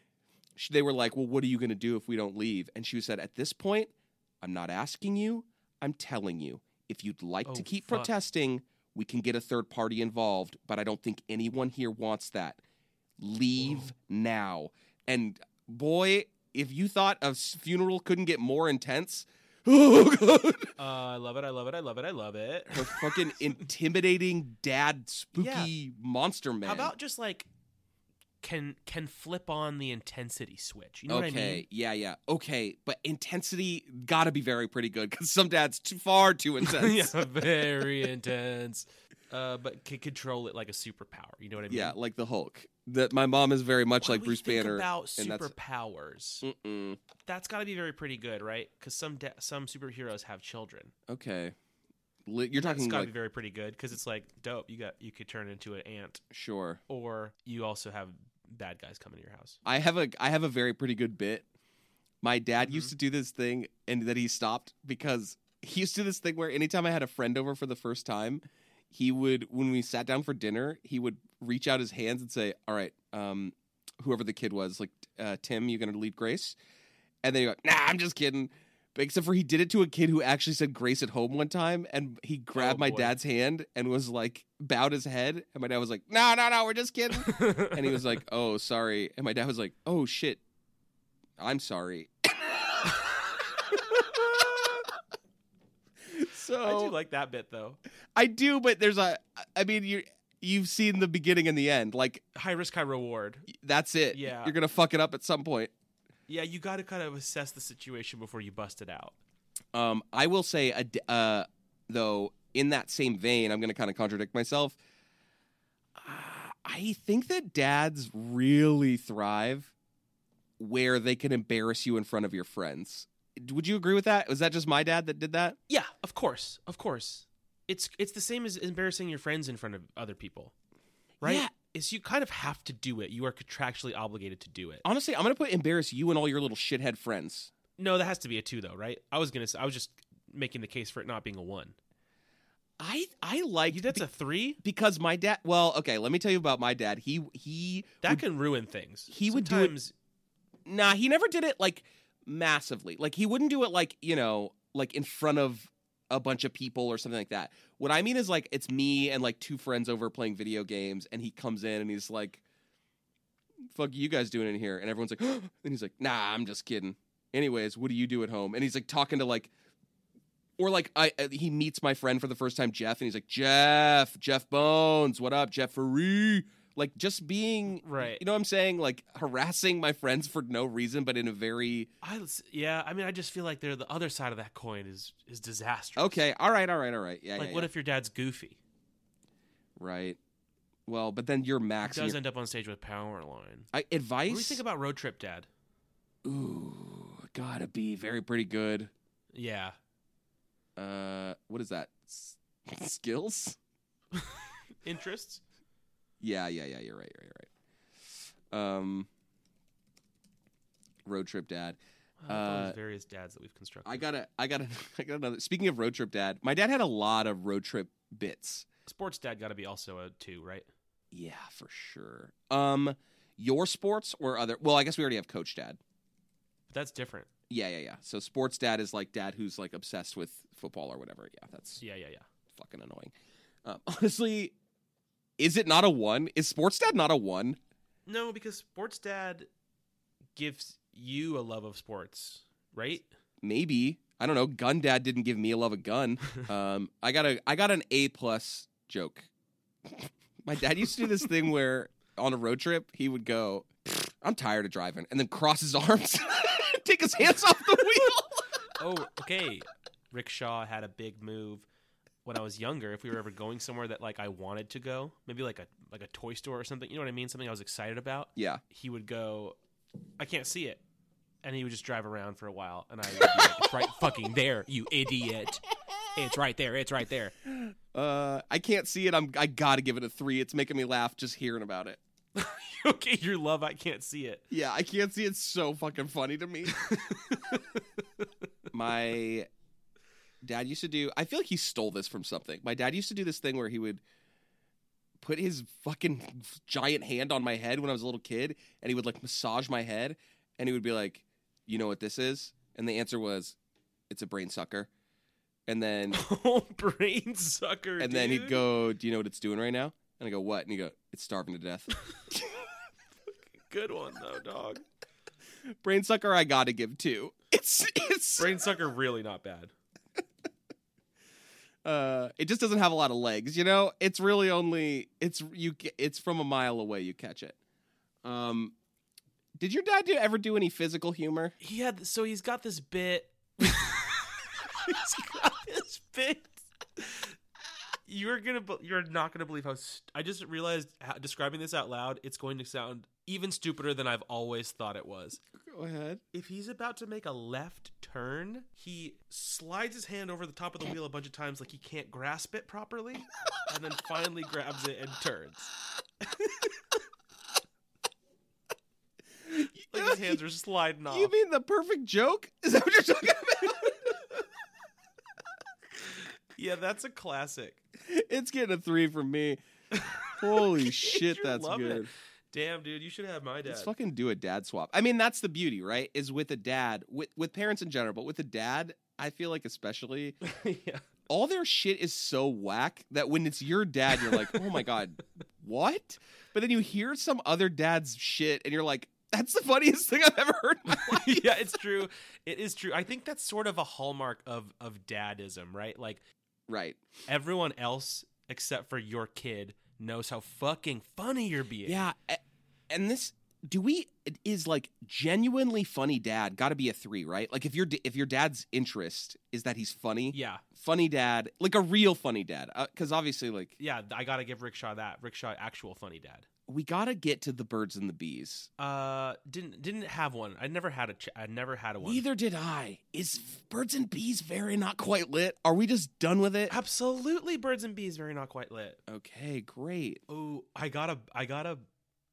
S1: sh they were like, Well, what are you going to do if we don't leave? And she said, At this point, I'm not asking you, I'm telling you. If you'd like to
S2: Oh,
S1: keep
S2: fuck.
S1: protesting, we can get a third party involved, but I don't think anyone here wants that leave now. And boy, if you thought a s- funeral couldn't get more intense, (laughs) oh god,
S2: Uh, I love it. I love it. I love it. I love it.
S1: her fucking (laughs) intimidating dad, spooky monster man.
S2: How about just like can can flip on the intensity switch? You know what I
S1: okay,
S2: mean?
S1: yeah, yeah, okay, but intensity got to be very pretty good because some dads too far too intense. yeah.
S2: (laughs) yeah, very intense. Uh, but can control it like a superpower. You know what I mean?
S1: like the Hulk. That my mom is very much
S2: What do
S1: like
S2: we
S1: Bruce
S2: think
S1: Banner.
S2: About
S1: and that's- Mm.
S2: superpowers,
S1: Mm-mm.
S2: that's got to be very pretty good, right? Because some de- some superheroes have children.
S1: Okay, Li- you're
S2: That's
S1: talking
S2: got to
S1: like
S2: be very pretty good because it's like dope. You got you could turn into an ant,
S1: sure.
S2: or you also have bad guys coming to your
S1: (laughs)
S2: house. (laughs)
S1: I have a I have a very pretty good bit. My dad
S2: Mm-hmm.
S1: used to do this thing and that he stopped because he used to do this thing where anytime I had a friend over for the first time, he would when we sat down for dinner, he would reach out his hands and say, "All right, um whoever the kid was, like uh, Tim, you going to lead Grace?" And then he go, "Nah, I'm just kidding." Except for he did it to a kid who actually said grace at home one time, and he grabbed
S2: Oh,
S1: my
S2: boy.
S1: dad's hand and was like, bowed his head. And my dad was like, no, no, no, we're just kidding. and he was like, oh, sorry. And my dad was like, oh, shit, I'm sorry. (laughs) so
S2: I do like that bit though.
S1: I do, but there's a. I mean, you you've seen the beginning and the end. Like
S2: High risk, high reward.
S1: that's it.
S2: Yeah.
S1: you're gonna fuck it up at some point.
S2: Yeah, you got to kind of assess the situation before you bust it out.
S1: Um, I will say, a d uh, though, in that same vein, I'm gonna kind of contradict myself. Uh, I think that dads really thrive where they can embarrass you in front of your friends. Would you agree with that? Was that just my dad that did that?
S2: Yeah, of course, of course. It's it's the same as embarrassing your friends in front of other people, right?
S1: Yeah.
S2: Is you kind of have to do it. You are contractually obligated to do it.
S1: Honestly, I'm gonna put embarrass you and all your little shithead friends.
S2: No, that has to be a two though, right? I was gonna. Say, I was just making the case for it not being a one.
S1: I I like
S2: You- That's a three.
S1: because my dad well okay let me tell you about my dad he he
S2: That
S1: would-
S2: can ruin things.
S1: he would do it-
S2: Sometimes,
S1: nah he never did it like massively like he wouldn't do it like you know like in front of a bunch of people or something like that what i mean is like it's me and like two friends over playing video games and he comes in and he's like fuck you guys doing in here and everyone's like (gasps) and he's like nah i'm just kidding anyways what do you do at home and he's like talking to like or like I uh, he meets my friend for the first time Jeff and he's like Jeff Jeff Bones what up Jeffrey like just being
S2: Right.
S1: you know what I'm saying like harassing my friends for no reason but in a very
S2: I yeah. I mean, I just feel like they're the other side of that coin is is disastrous.
S1: okay all right all right all right yeah
S2: Like,
S1: yeah,
S2: what
S1: yeah.
S2: if your dad's goofy?
S1: right well but then you're
S2: He
S1: Max and
S2: does
S1: you're,
S2: end up on stage with Powerline.
S1: I, advice
S2: What do we think about Road Trip Dad?
S1: ooh gotta be very pretty good
S2: Yeah.
S1: uh what is that S- skills
S2: Interests?
S1: yeah yeah yeah you're right you're right, you're right um road trip dad
S2: Wow, all these
S1: Uh,
S2: various dads that we've constructed.
S1: I gotta, I gotta, (laughs) I got another. Speaking of road trip, dad, my dad had a lot of road trip bits.
S2: sports dad got to be also a two, right?
S1: Yeah, for sure. Um, your sports or other? Well, I guess we already have coach dad.
S2: But that's different.
S1: Yeah, yeah, yeah. So sports dad is like dad who's like obsessed with football or whatever. Yeah, that's
S2: Yeah, yeah, yeah.
S1: fucking annoying. Um, (laughs) honestly, is it not a one? Is sports dad not a one?
S2: No, because sports dad gives you a love of sports, right?
S1: Maybe I don't know. Gun dad didn't give me a love of gun. um, I got a I got an A plus joke. (laughs) My dad used to do this thing where on a road trip he would go, "I'm tired of driving," and then cross his arms, (laughs) take his hands off the wheel.
S2: oh, okay. Rickshaw had a big move when I was younger. If we were ever going somewhere that like I wanted to go, maybe like a like a toy store or something, you know what I mean? Something I was excited about.
S1: yeah,
S2: He would go, I can't see it, and he would just drive around for a while, and I would be like, it's right fucking there, you idiot. It's right there. It's right there.
S1: uh, I can't see it. I'm I gotta give it a three. It's making me laugh just hearing about it.
S2: (laughs) okay, (laughs) your love, I can't see it.
S1: Yeah, I can't see. It's so fucking funny to me. (laughs) My dad used to do. I feel like he stole this from something. My dad used to do this thing where he would put his fucking giant hand on my head when I was a little kid, and he would like massage my head, and he would be like, "You know what this is?" And the answer was, "It's a brain sucker." And then
S2: Oh, (laughs) brain sucker.
S1: and then he'd
S2: dude.
S1: go, "Do you know what it's doing right now?" And I go, "What?" And he go, "It's starving to
S2: (laughs)
S1: death."
S2: Good one though,
S1: (laughs)
S2: dog.
S1: brain sucker, I gotta give two. It's it's
S2: Brain sucker, really not bad.
S1: uh it just doesn't have a lot of legs you know it's really only it's you ca- it's from a mile away you catch it um did your dad do, ever do any physical humor
S2: He had so he's got
S1: (laughs)
S2: this bit. (laughs) he's got this bit. You're gonna, be- you're not gonna believe how. St- I just realized how, describing this out loud, it's going to sound even stupider than I've always thought it was.
S1: go ahead
S2: If he's about to make a left turn, he slides his hand over the top of the wheel a bunch of times, like he can't grasp it properly, and then finally grabs it and turns. (laughs) Like his hands are sliding
S1: (laughs)
S2: off.
S1: you mean the perfect joke is that what you're talking about
S2: yeah, that's a classic. (laughs)
S1: it's getting a three from me holy shit
S2: You're
S1: that's
S2: loving
S1: good
S2: it. Damn, dude, you should have my dad.
S1: Let's fucking do a dad swap. I mean, that's the beauty, right? Is with a dad, with with parents in general, but with a dad, I feel like
S2: (laughs)
S1: especially (laughs)
S2: yeah.
S1: all their shit is so whack that when it's your dad, you're like, oh my god, what? But then you hear some other dad's shit, and you're like, that's the funniest thing I've ever heard. in
S2: (laughs)
S1: my life."
S2: yeah, it's true. It is true. I think that's sort of a hallmark of of dadism, right? Like
S1: right?
S2: everyone else except for your kid knows how fucking funny you're being.
S1: Yeah. a- And this, do we? it Is like genuinely funny dad got to be a three, right? Like if your d- if your dad's interest is that he's funny,
S2: Yeah.
S1: funny dad, like a real funny dad, because obviously, like
S2: Yeah, I got to give Rickshaw that. Rickshaw actual funny dad.
S1: we gotta get to the birds and the bees.
S2: Uh didn't didn't have one. I never had a ch- I never had a one.
S1: Neither did I. Is birds and bees very not quite lit? Are we just done with it?
S2: Absolutely birds and bees very not quite lit.
S1: Okay, great.
S2: Oh, I got a I got a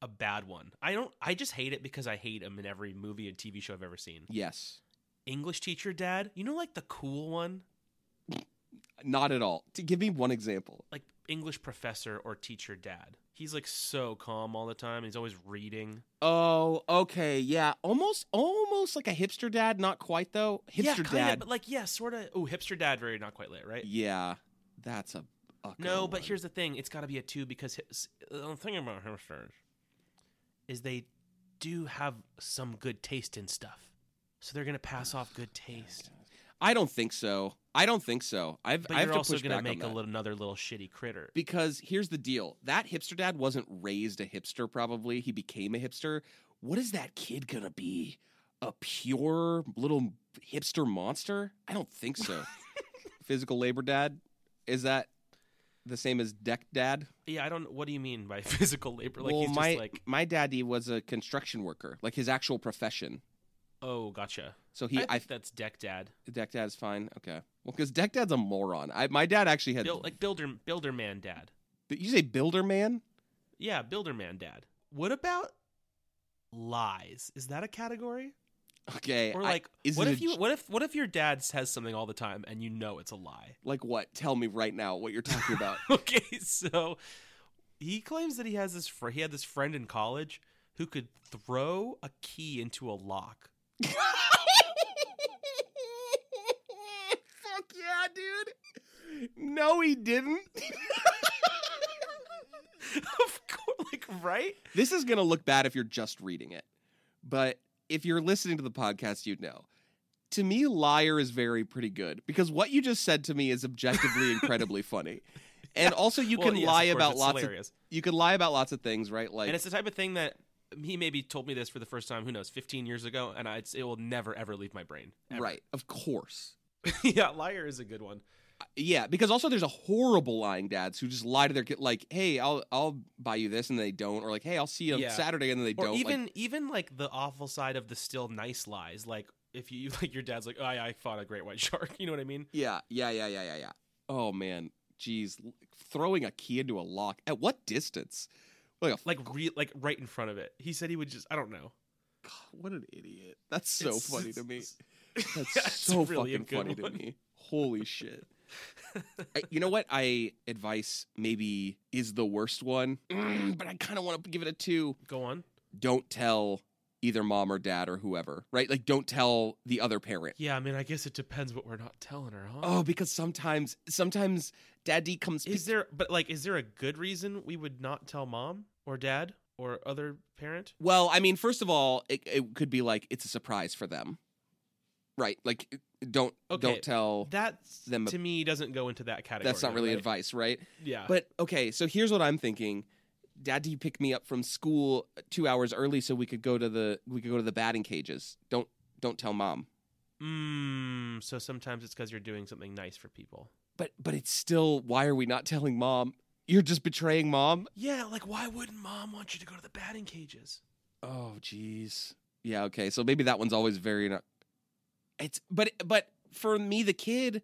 S2: a bad one. I don't I just hate it because I hate him in every movie and TV show I've ever seen.
S1: Yes,
S2: English teacher dad, you know like the cool one,
S1: not at all. To give me one example.
S2: like English professor or teacher dad. He's like so calm all the time. He's always reading.
S1: Oh, okay, yeah, almost, almost like a hipster dad. Not quite though. Hipster
S2: yeah, kinda,
S1: dad.
S2: but like yeah, sort of. Oh, hipster dad very not quite lit, right?
S1: Yeah, that's a. a
S2: No,
S1: good
S2: but
S1: one.
S2: here's the thing: it's got to be a two because his, the thing about hamsters is they do have some good taste in stuff, so they're gonna
S1: Oh,
S2: pass off good taste.
S1: I don't think so. I don't think so. I've.
S2: But
S1: I have
S2: you're
S1: to
S2: also
S1: push
S2: gonna
S1: back on
S2: make a
S1: that.
S2: little, another little shitty critter.
S1: because here's the deal: that hipster dad wasn't raised a hipster. Probably he became a hipster. What is that kid gonna be? A pure little hipster monster? I don't think
S2: (laughs)
S1: so. Physical labor dad is that the same as deck dad?
S2: Yeah, I don't. What do you mean by (laughs) physical labor? Like
S1: well,
S2: he's
S1: my
S2: just like,
S1: my daddy was a construction worker, like his actual profession.
S2: oh, gotcha.
S1: So he,
S2: I think
S1: I,
S2: that's deck dad.
S1: deck dad's fine. Okay, well, because deck dad's a moron. I my dad actually had
S2: Build, like builder builder man dad.
S1: Did you say builder man?
S2: Yeah, builder man dad. What about lies? Is that a category?
S1: Okay.
S2: Or
S1: I-
S2: like,
S1: is
S2: what
S1: it
S2: if
S1: a
S2: you?
S1: j-
S2: What if? What if your dad says something all the time and you know it's a lie? (laughs)
S1: like what? Tell me right now what you're talking about.
S2: okay, so he claims that he has this. Fr- he had this friend in college who could throw a key into a lock.
S1: (laughs)
S2: (laughs)
S1: Fuck yeah, dude. No, he didn't. (laughs)
S2: of course, like right?
S1: this is gonna look bad if you're just reading it. But if you're listening to the podcast, you'd know. To me, liar is very pretty good because what you just said to me is
S2: (laughs)
S1: objectively incredibly funny. And also you
S2: Well,
S1: can
S2: yes,
S1: lie
S2: of course,
S1: about
S2: it's
S1: lots
S2: hilarious.
S1: of you can lie about lots of things, right? Like
S2: and it's the type of thing that he maybe told me this for the first time. Who knows? Fifteen years ago, and I, it's, it will never ever leave my brain. ever.
S1: right, of course.
S2: (laughs) yeah, liar is a good one.
S1: Yeah, because also there's a horrible lying dads who just lie to their kid, like, "Hey, I'll I'll buy you this," and they don't, or like, "Hey, I'll see you on
S2: Yeah.
S1: Saturday," and then they
S2: Or
S1: don't. like-
S2: even even like the awful side of the still nice lies, like. If you (laughs) like your dad's like, oh, yeah, I fought a great white shark. (laughs) You know what I mean?
S1: yeah, yeah, yeah, yeah, yeah, yeah. Oh man, jeez, L- throwing a key into a lock at what distance? Like, a, f-
S2: Like, re- like right in front of it. He said he would just, I don't know.
S1: God, what an idiot! That's so
S2: It's-
S1: funny to
S2: it's-
S1: me.
S2: it's-
S1: That's
S2: Yeah, it's
S1: so
S2: really a
S1: fucking
S2: good
S1: funny
S2: one.
S1: to me. Holy shit. I- you know what? I advice maybe is the worst one, Mm, but I kind of want to give it a two.
S2: (laughs) Go on.
S1: don't tell either mom or dad or whoever, right? Like, don't tell the other parent.
S2: Yeah, I mean, I guess it depends what we're not telling her, huh?
S1: Oh, because sometimes, sometimes daddy comes.
S2: is there, but like, is there a good reason we would not tell mom or dad or other parent?
S1: well, I mean, first of all, it, it could be like it's a surprise for them, right? Like, don't
S2: Okay,
S1: don't tell.
S2: That
S1: Them-
S2: to me doesn't go into that category.
S1: That's not really
S2: right?
S1: advice, right?
S2: Yeah,
S1: But okay, so here's what I'm thinking. Daddy picked me up from school two hours early so we could go to the we could go to the batting cages. Don't don't tell mom.
S2: mm, so sometimes it's because you're doing something nice for people.
S1: But but it's still why are we not (laughs) telling mom? You're just betraying mom.
S2: Yeah, like why wouldn't mom want you to go to the batting cages?
S1: Oh, jeez. Yeah. Okay. So maybe that one's always very. Not, it's but but for me, the kid,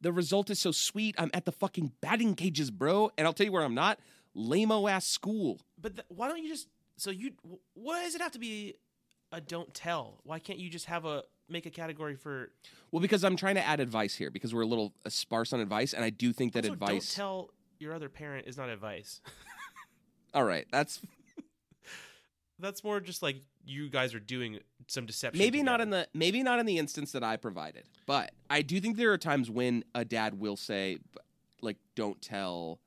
S1: the result is so sweet. I'm at the fucking batting cages, bro. And I'll tell you where I'm not. Lameo ass school.
S2: But th- why don't you just? So you, wh- why does it have to be a don't tell? Why can't you just have a make a category for
S1: Well, because I'm trying to add advice here because we're a little uh, sparse on advice, and I do think that
S2: Also,
S1: advice.
S2: Don't tell your other parent is not advice.
S1: all right, that's
S2: That's more just like you guys are doing some deception.
S1: maybe not
S2: together.
S1: in the maybe not in the instance that I provided, but I do think there are times when a dad will say, b- like, "Don't tell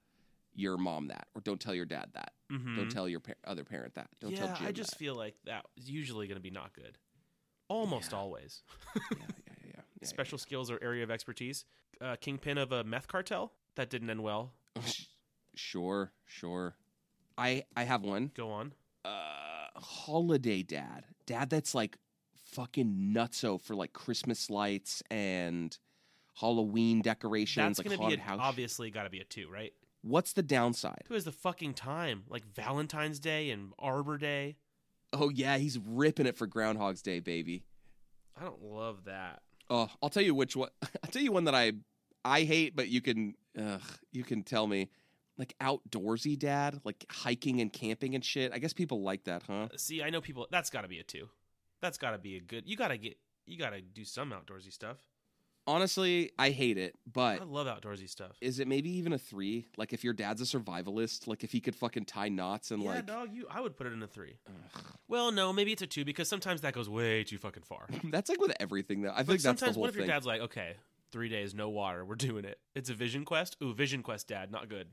S1: your mom that," or "Don't tell your dad that,"
S2: Mhm.
S1: "Don't tell your par- other parent that," "Don't
S2: yeah,
S1: tell Jim
S2: I just
S1: that."
S2: feel like that is usually going to be not good. Almost
S1: Yeah.
S2: always.
S1: yeah, yeah, yeah, yeah, yeah, yeah.
S2: Special skills or area of expertise. Uh, kingpin of a meth cartel that didn't end well.
S1: Oh, sh- sure, sure. I I have one.
S2: Go on.
S1: Uh, holiday dad, dad that's like fucking nutso for like Christmas lights and Halloween decorations,
S2: That's
S1: like
S2: going to be
S1: haunted
S2: a,
S1: house.
S2: obviously got to be a two, right?
S1: What's the downside?
S2: Who has the fucking time? Like Valentine's Day and Arbor Day.
S1: Oh yeah, he's ripping it for Groundhog's Day, baby.
S2: I don't love that.
S1: Oh, I'll tell you which one. (laughs) I'll tell you one that I I hate, but you can ugh, you can tell me like outdoorsy dad, like hiking and camping and shit. I guess people like that, huh?
S2: See, I know people. That's got to be a two. That's got to be a good. You got to get. You got to do some outdoorsy stuff.
S1: Honestly, I hate it, but
S2: I love outdoorsy stuff.
S1: is it maybe even a three? Like if your dad's a survivalist, like if he could fucking tie knots and
S2: yeah,
S1: like
S2: dog. You. I would put it in a three.
S1: ugh. (clears throat)
S2: Well, no, maybe it's a two because sometimes that goes way too fucking far.
S1: that's like with everything though. I
S2: But
S1: think that's the
S2: sometimes,
S1: whole
S2: what if your
S1: thing.
S2: dad's like, okay, three days, no water, we're doing it. It's a vision quest. Ooh, vision quest, dad, not good.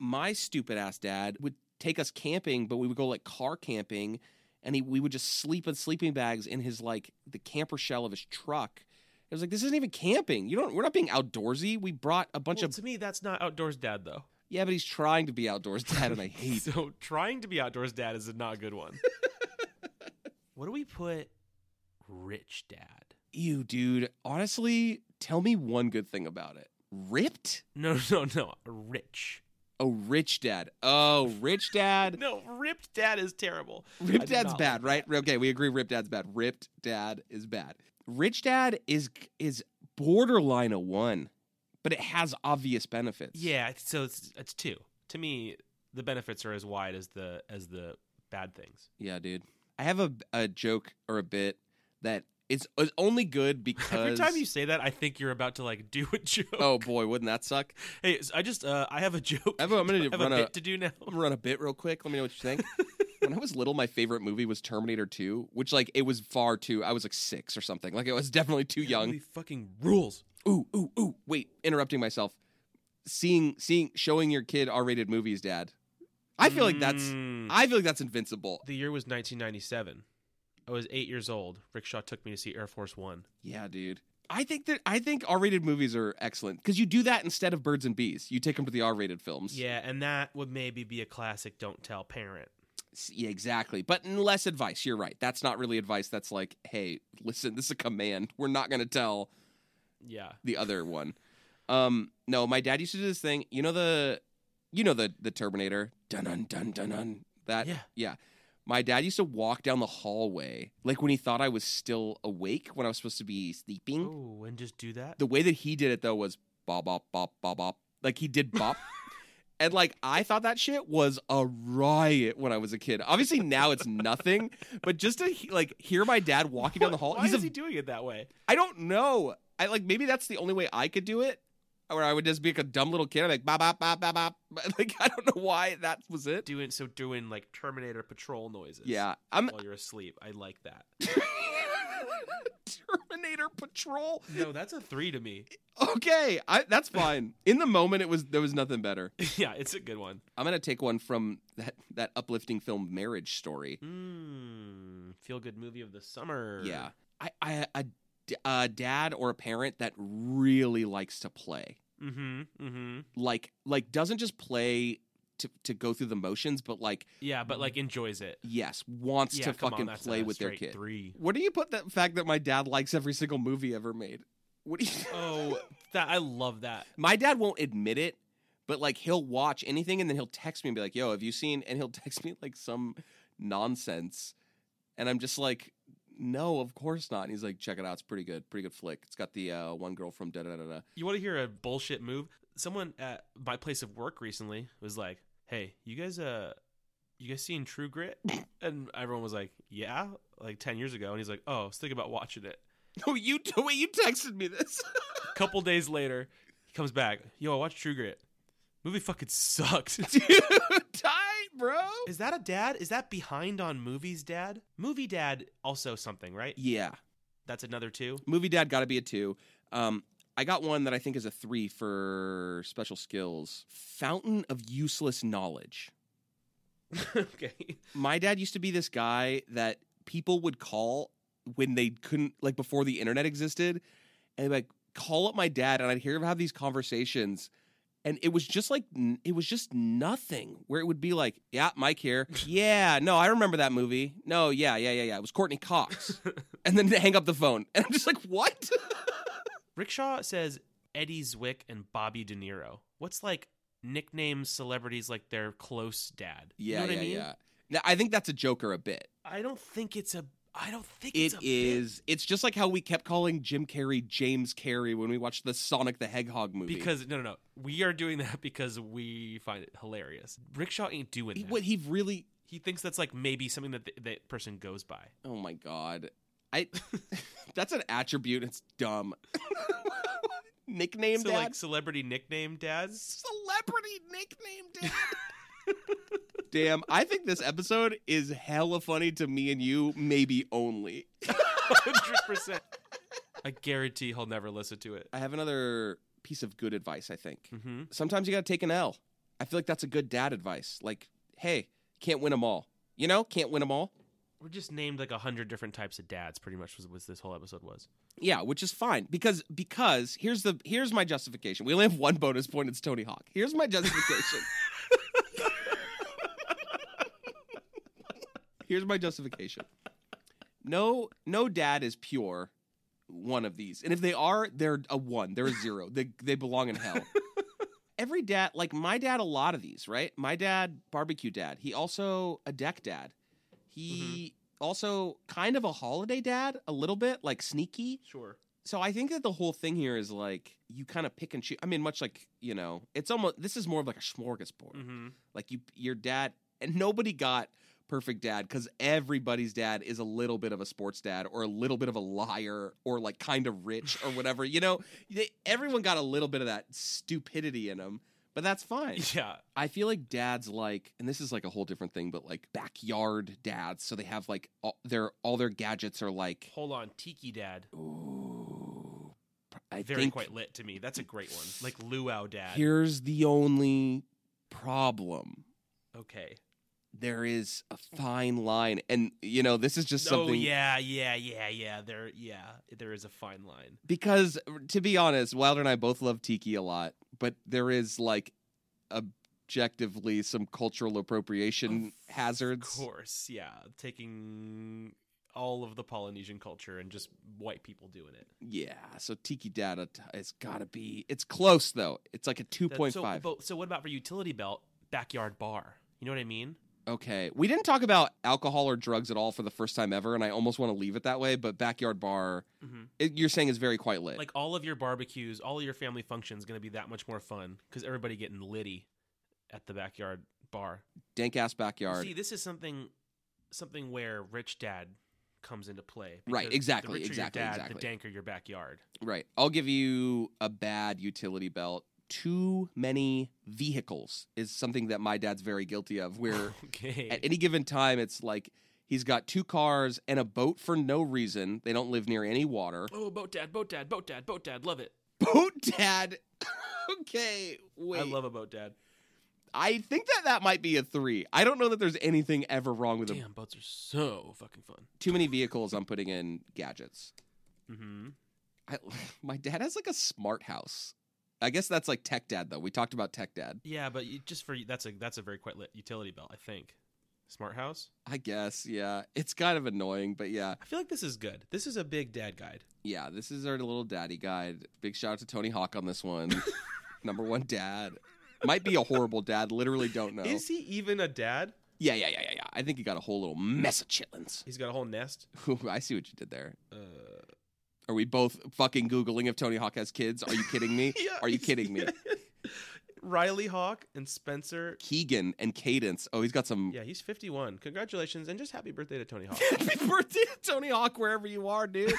S1: my stupid ass dad would take us camping, but we would go like car camping, and he we would just sleep in sleeping bags in his like the camper shell of his truck. It was like this isn't even camping. You don't. We're not being outdoorsy. We brought a bunch
S2: Well,
S1: of
S2: to me, that's not outdoors, dad, though.
S1: yeah, but he's trying to be outdoors, (laughs) dad, and
S2: (laughs)
S1: I hate. it.
S2: So trying to be outdoors, dad, is a not
S1: (laughs)
S2: good one. what do we put? Rich dad.
S1: You dude, honestly, tell me one good thing about it. Ripped?
S2: No, (laughs) no, no. Rich.
S1: Oh, rich dad. Oh, rich dad.
S2: No, ripped dad is terrible. I
S1: Ripped
S2: did
S1: dad's
S2: not
S1: bad,
S2: like
S1: right? Okay, we agree. Ripped dad's bad. Ripped dad is bad. Rich dad is is borderline a one, but it has obvious benefits.
S2: Yeah, so it's it's two. To me, the benefits are as wide as the as the bad things.
S1: yeah, dude. I have a a joke or a bit that it's, it's only good because
S2: (laughs) Every time you say that, I think you're about to like do a (laughs) joke.
S1: oh boy, wouldn't that suck?
S2: Hey, so I just uh, I have a (laughs) joke.
S1: I have a- I'm gonna
S2: I have
S1: run
S2: a
S1: a-
S2: bit to do now.
S1: I'm gonna run a bit real quick. Let me know what you
S2: (laughs)
S1: think. when I was little, my favorite movie was Terminator Two, which like it was far too. I was like six or something. Like I was definitely (laughs) too young.
S2: Holy fucking rules.
S1: ooh ooh ooh wait interrupting myself seeing seeing showing your kid r-rated movies dad i feel like that's
S2: Mm.
S1: i feel like that's invincible
S2: the year was 1997. I was eight years old. Rickshaw took me to see Air Force One.
S1: yeah dude i think that i think r-rated movies are excellent because you do that instead of birds and bees you take them to the r-rated films
S2: Yeah, and that would maybe be a classic. Don't tell parent.
S1: S- yeah exactly but n- less advice you're right that's not really advice that's like hey listen this is a command we're not going to tell
S2: Yeah.
S1: the other one um no my dad used to do this thing you know the you know the the terminator dun dun dun dun dun that
S2: yeah.
S1: My dad used to walk down the hallway, like when he thought I was still awake, when I was supposed to be sleeping.
S2: Oh, and just do that.
S1: The way that he did it though was bop bop bop bop bop, like he did
S2: (laughs)
S1: bop, and like I thought that shit was a riot when I was a kid. Obviously now it's nothing, but just to he- like hear my dad walking down the hall,
S2: Why
S1: he's a,
S2: is he doing it that way?
S1: I don't know. I like maybe that's the only way I could do it, or I would just be like a dumb little kid, I'm like bop bop bop bop (laughs) bop. Like I don't know why that was it.
S2: Doing so, doing like Terminator patrol noises.
S1: Yeah, I'm
S2: While you're asleep, I like that.
S1: Terminator Patrol.
S2: No, that's a three to me.
S1: Okay, I, that's fine. In the moment, it was there was nothing better.
S2: (laughs) yeah, it's a good one.
S1: I'm gonna take one from that that uplifting film Marriage Story.
S2: Mm, feel good movie of the summer.
S1: Yeah, I, I a, d- a dad or a parent that really likes to play,
S2: Mm-hmm. Mm-hmm.
S1: like like doesn't just play to to go through the motions, but like
S2: Yeah, but like enjoys it.
S1: yes, wants
S2: yeah,
S1: to
S2: come on,
S1: fucking
S2: that's
S1: play
S2: a
S1: with their
S2: straight
S1: kid.
S2: Three.
S1: What do you put the fact that my dad likes every single movie ever made? What do you?
S2: Oh, that I love that.
S1: My dad won't admit it, but like he'll watch anything and then he'll text me and be like, "Yo, have you seen?" And he'll (laughs) text me like some nonsense, and I'm just like, "No, of course not." And he's like, "Check it out, it's pretty good, pretty good flick. It's got the uh, one girl from da da da (laughs) da."
S2: You want to hear a bullshit move? Someone at my place of work recently was like, "Hey, you guys, uh, you guys seen
S1: (laughs)
S2: True Grit?" And everyone was like, "Yeah," like ten years ago. And he's like, "Oh, I was thinking about watching it."
S1: No, you wait, you texted me this. (laughs)
S2: couple days later,
S1: (laughs)
S2: he comes back. Yo, I watched True Grit. Movie fucking sucked.
S1: Dude, I, bro.
S2: (laughs) Is that a dad? Is that behind on movies, dad? Movie dad also something, right?
S1: Yeah.
S2: That's another two.
S1: Movie Dad got to be a two. Um, I got one that I think is a three for special skills. Fountain of useless knowledge.
S2: (laughs) okay.
S1: My dad used to be this guy that people would call when they couldn't, like before the internet existed, and like call up my dad, and I'd hear him have these conversations. And it was just like n- it was just nothing. Where it would be like, "Yeah, Mike
S2: (laughs)
S1: here. Yeah, no, I remember that movie. No, yeah, yeah, yeah, yeah. It was Courtney
S2: (laughs)
S1: Cox." and then hang up the phone, and I'm just like, "What?"
S2: Rickshaw says Eddie Zwick and Bobby De Niro. What's like nickname celebrities like their close dad?
S1: Yeah,
S2: you know what
S1: yeah,
S2: I mean?
S1: yeah. Now, I think that's a joker a bit.
S2: I don't think it's a. I don't think
S1: It
S2: it's a
S1: is. It's just like how we kept calling Jim Carrey James Carrey when we watched the Sonic the Hedgehog movie.
S2: bit. because no, no, no. We are doing that (laughs) because we find it hilarious. Rickshaw ain't doing
S1: he,
S2: that.
S1: what he really.
S2: he thinks that's like maybe something that th- that person goes by.
S1: Oh my god, I. (laughs) that's an attribute. It's dumb. (laughs) Nickname
S2: so
S1: dad.
S2: like celebrity nickname dads. (laughs)
S1: Celebrity nickname dad. Damn, I think this episode is hella funny to me and you, maybe only.
S2: Hundred percent. I guarantee he'll never listen to it.
S1: I have another piece of good advice, I think.
S2: Mm-hmm.
S1: sometimes you got to take an L. I feel like that's a good dad advice. Like, hey, can't win them all. You know, can't win them all.
S2: We're just named like a hundred different types of dads. Pretty much was was this whole episode was.
S1: Yeah, which is fine because because here's the here's my justification. We only have one bonus point. It's Tony Hawk. Here's my justification. (laughs) here's my justification. No, no dad is pure. One of these, and if they are, they're a one. They're a zero. they they belong in hell. Every dad, like my dad, a lot of these, right? My dad, barbecue dad. He also a deck dad. He also kind of a holiday dad, a little bit like sneaky
S2: Sure.
S1: so I think that the whole thing here is like you kind of pick and choose. I mean, much like you know, it's almost this is more of like a smorgasbord.
S2: Mm-hmm.
S1: Like you, your dad, and nobody got perfect dad because everybody's dad is a little bit of a sports dad or a little bit of a liar or like kind of rich or whatever. you know, they, everyone got a little bit of that stupidity in them, but that's fine.
S2: (laughs) Yeah.
S1: I feel like dads like, and this is like a whole different thing, but like backyard dads. So they have like all their all their gadgets are like.
S2: Hold on, Tiki Dad.
S1: Ooh, I
S2: Very
S1: think
S2: quite lit to me. That's a great one. Like Luau Dad.
S1: Here's the only problem.
S2: okay.
S1: There is a fine line, and you know this is just
S2: Oh
S1: something
S2: yeah, yeah, yeah, yeah. There, yeah, there is a fine line.
S1: because, to be honest, Wilder and I both love Tiki a lot, but there is like objectively some cultural appropriation
S2: Of
S1: hazards.
S2: Of course, yeah. Taking all of the Polynesian culture and just white people doing it.
S1: Yeah, so Tiki Data t- it's got to be. It's close though. It's like a two
S2: That-
S1: point
S2: so,
S1: five.
S2: but- so what about for utility belt backyard bar? You know what I mean?
S1: Okay. We didn't talk about alcohol or drugs at all for the first time ever, and I almost want to leave it that way, but backyard bar,
S2: Mhm.
S1: it, you're saying is very quite lit.
S2: Like all of your barbecues, all of your family functions going to be that much more fun because everybody getting litty at the backyard bar.
S1: Dank ass
S2: Well,
S1: backyard.
S2: See, this is something something where rich dad comes into play.
S1: Right,
S2: because
S1: exactly,
S2: The richer
S1: exactly,
S2: your dad, the
S1: exactly.
S2: danker your backyard.
S1: right. I'll give you a bad utility belt. Too many vehicles is something that my dad's very guilty
S2: (laughs)
S1: of, where
S2: okay.
S1: at any given time, it's like he's got two cars and a boat for no reason. They don't live near any water.
S2: oh, boat dad, boat dad, boat dad, boat dad. Love it.
S1: Boat dad. (laughs) okay. Wait.
S2: I love a boat dad.
S1: I think that that might be a three. I don't know that there's anything ever wrong with a
S2: Damn, boats are so fucking fun.
S1: too many vehicles i'm putting in gadgets
S2: Mm-hmm.
S1: I, (laughs) my dad has like a smart house i guess that's like tech dad though we talked about tech dad
S2: Yeah, but you, just for that's a that's a very quite lit utility belt, I think. Smart house.
S1: i guess yeah it's kind of annoying but yeah
S2: I feel like this is good. This is a big dad guide.
S1: yeah this is our little daddy guide big shout out to tony hawk on this one number one dad might be a horrible dad literally don't know
S2: Is he even a dad?
S1: yeah yeah yeah yeah yeah i think he got a whole little mess of chitlins (laughs)
S2: He's got a whole nest.
S1: Ooh, i see what you did there
S2: Uh,
S1: are we both fucking googling if tony hawk has kids are you kidding
S2: (laughs)
S1: me are you kidding me
S2: Riley Hawk and Spencer
S1: keegan and cadence oh he's got some
S2: Yeah, he's 51. Congratulations and just happy birthday to Tony Hawk.
S1: (laughs) Happy birthday to Tony Hawk wherever you are,
S2: (laughs)
S1: dude.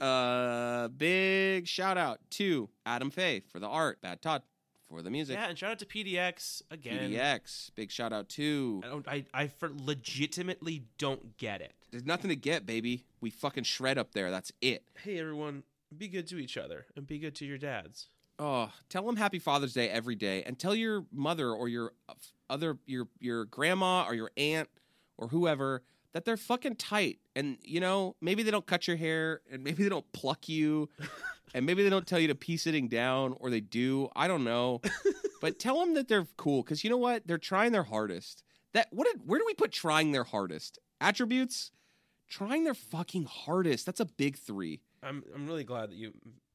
S1: uh, big shout out to Adam Fay for the art, Bad Todd for the music.
S2: Yeah, and shout out to PDX again.
S1: PDX, big shout out to.
S2: I don't. I I for legitimately don't get it.
S1: There's nothing to get, baby. We fucking shred up there. That's it.
S2: Hey everyone, be good to each other and be good to your dads.
S1: Oh, tell them Happy Father's Day every day, and tell your mother or your uh, other your your grandma or your aunt or whoever that they're fucking tight. And you know, maybe they don't cut your hair, and maybe they don't pluck you, and maybe they don't tell you to pee sitting down, or they do. I don't know, but tell them that they're cool because you know what? They're trying their hardest. That what? Did, where do we put trying their hardest attributes? Trying their fucking hardest. That's a big three.
S2: I'm I'm really glad that you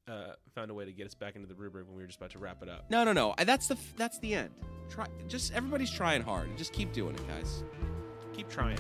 S2: uh, found a way to get us back into the rubric when we were just about to wrap it up.
S1: No, no, no. I- That's the f- that's the end. Try just everybody's trying hard. Just keep doing it, guys.
S2: Keep trying.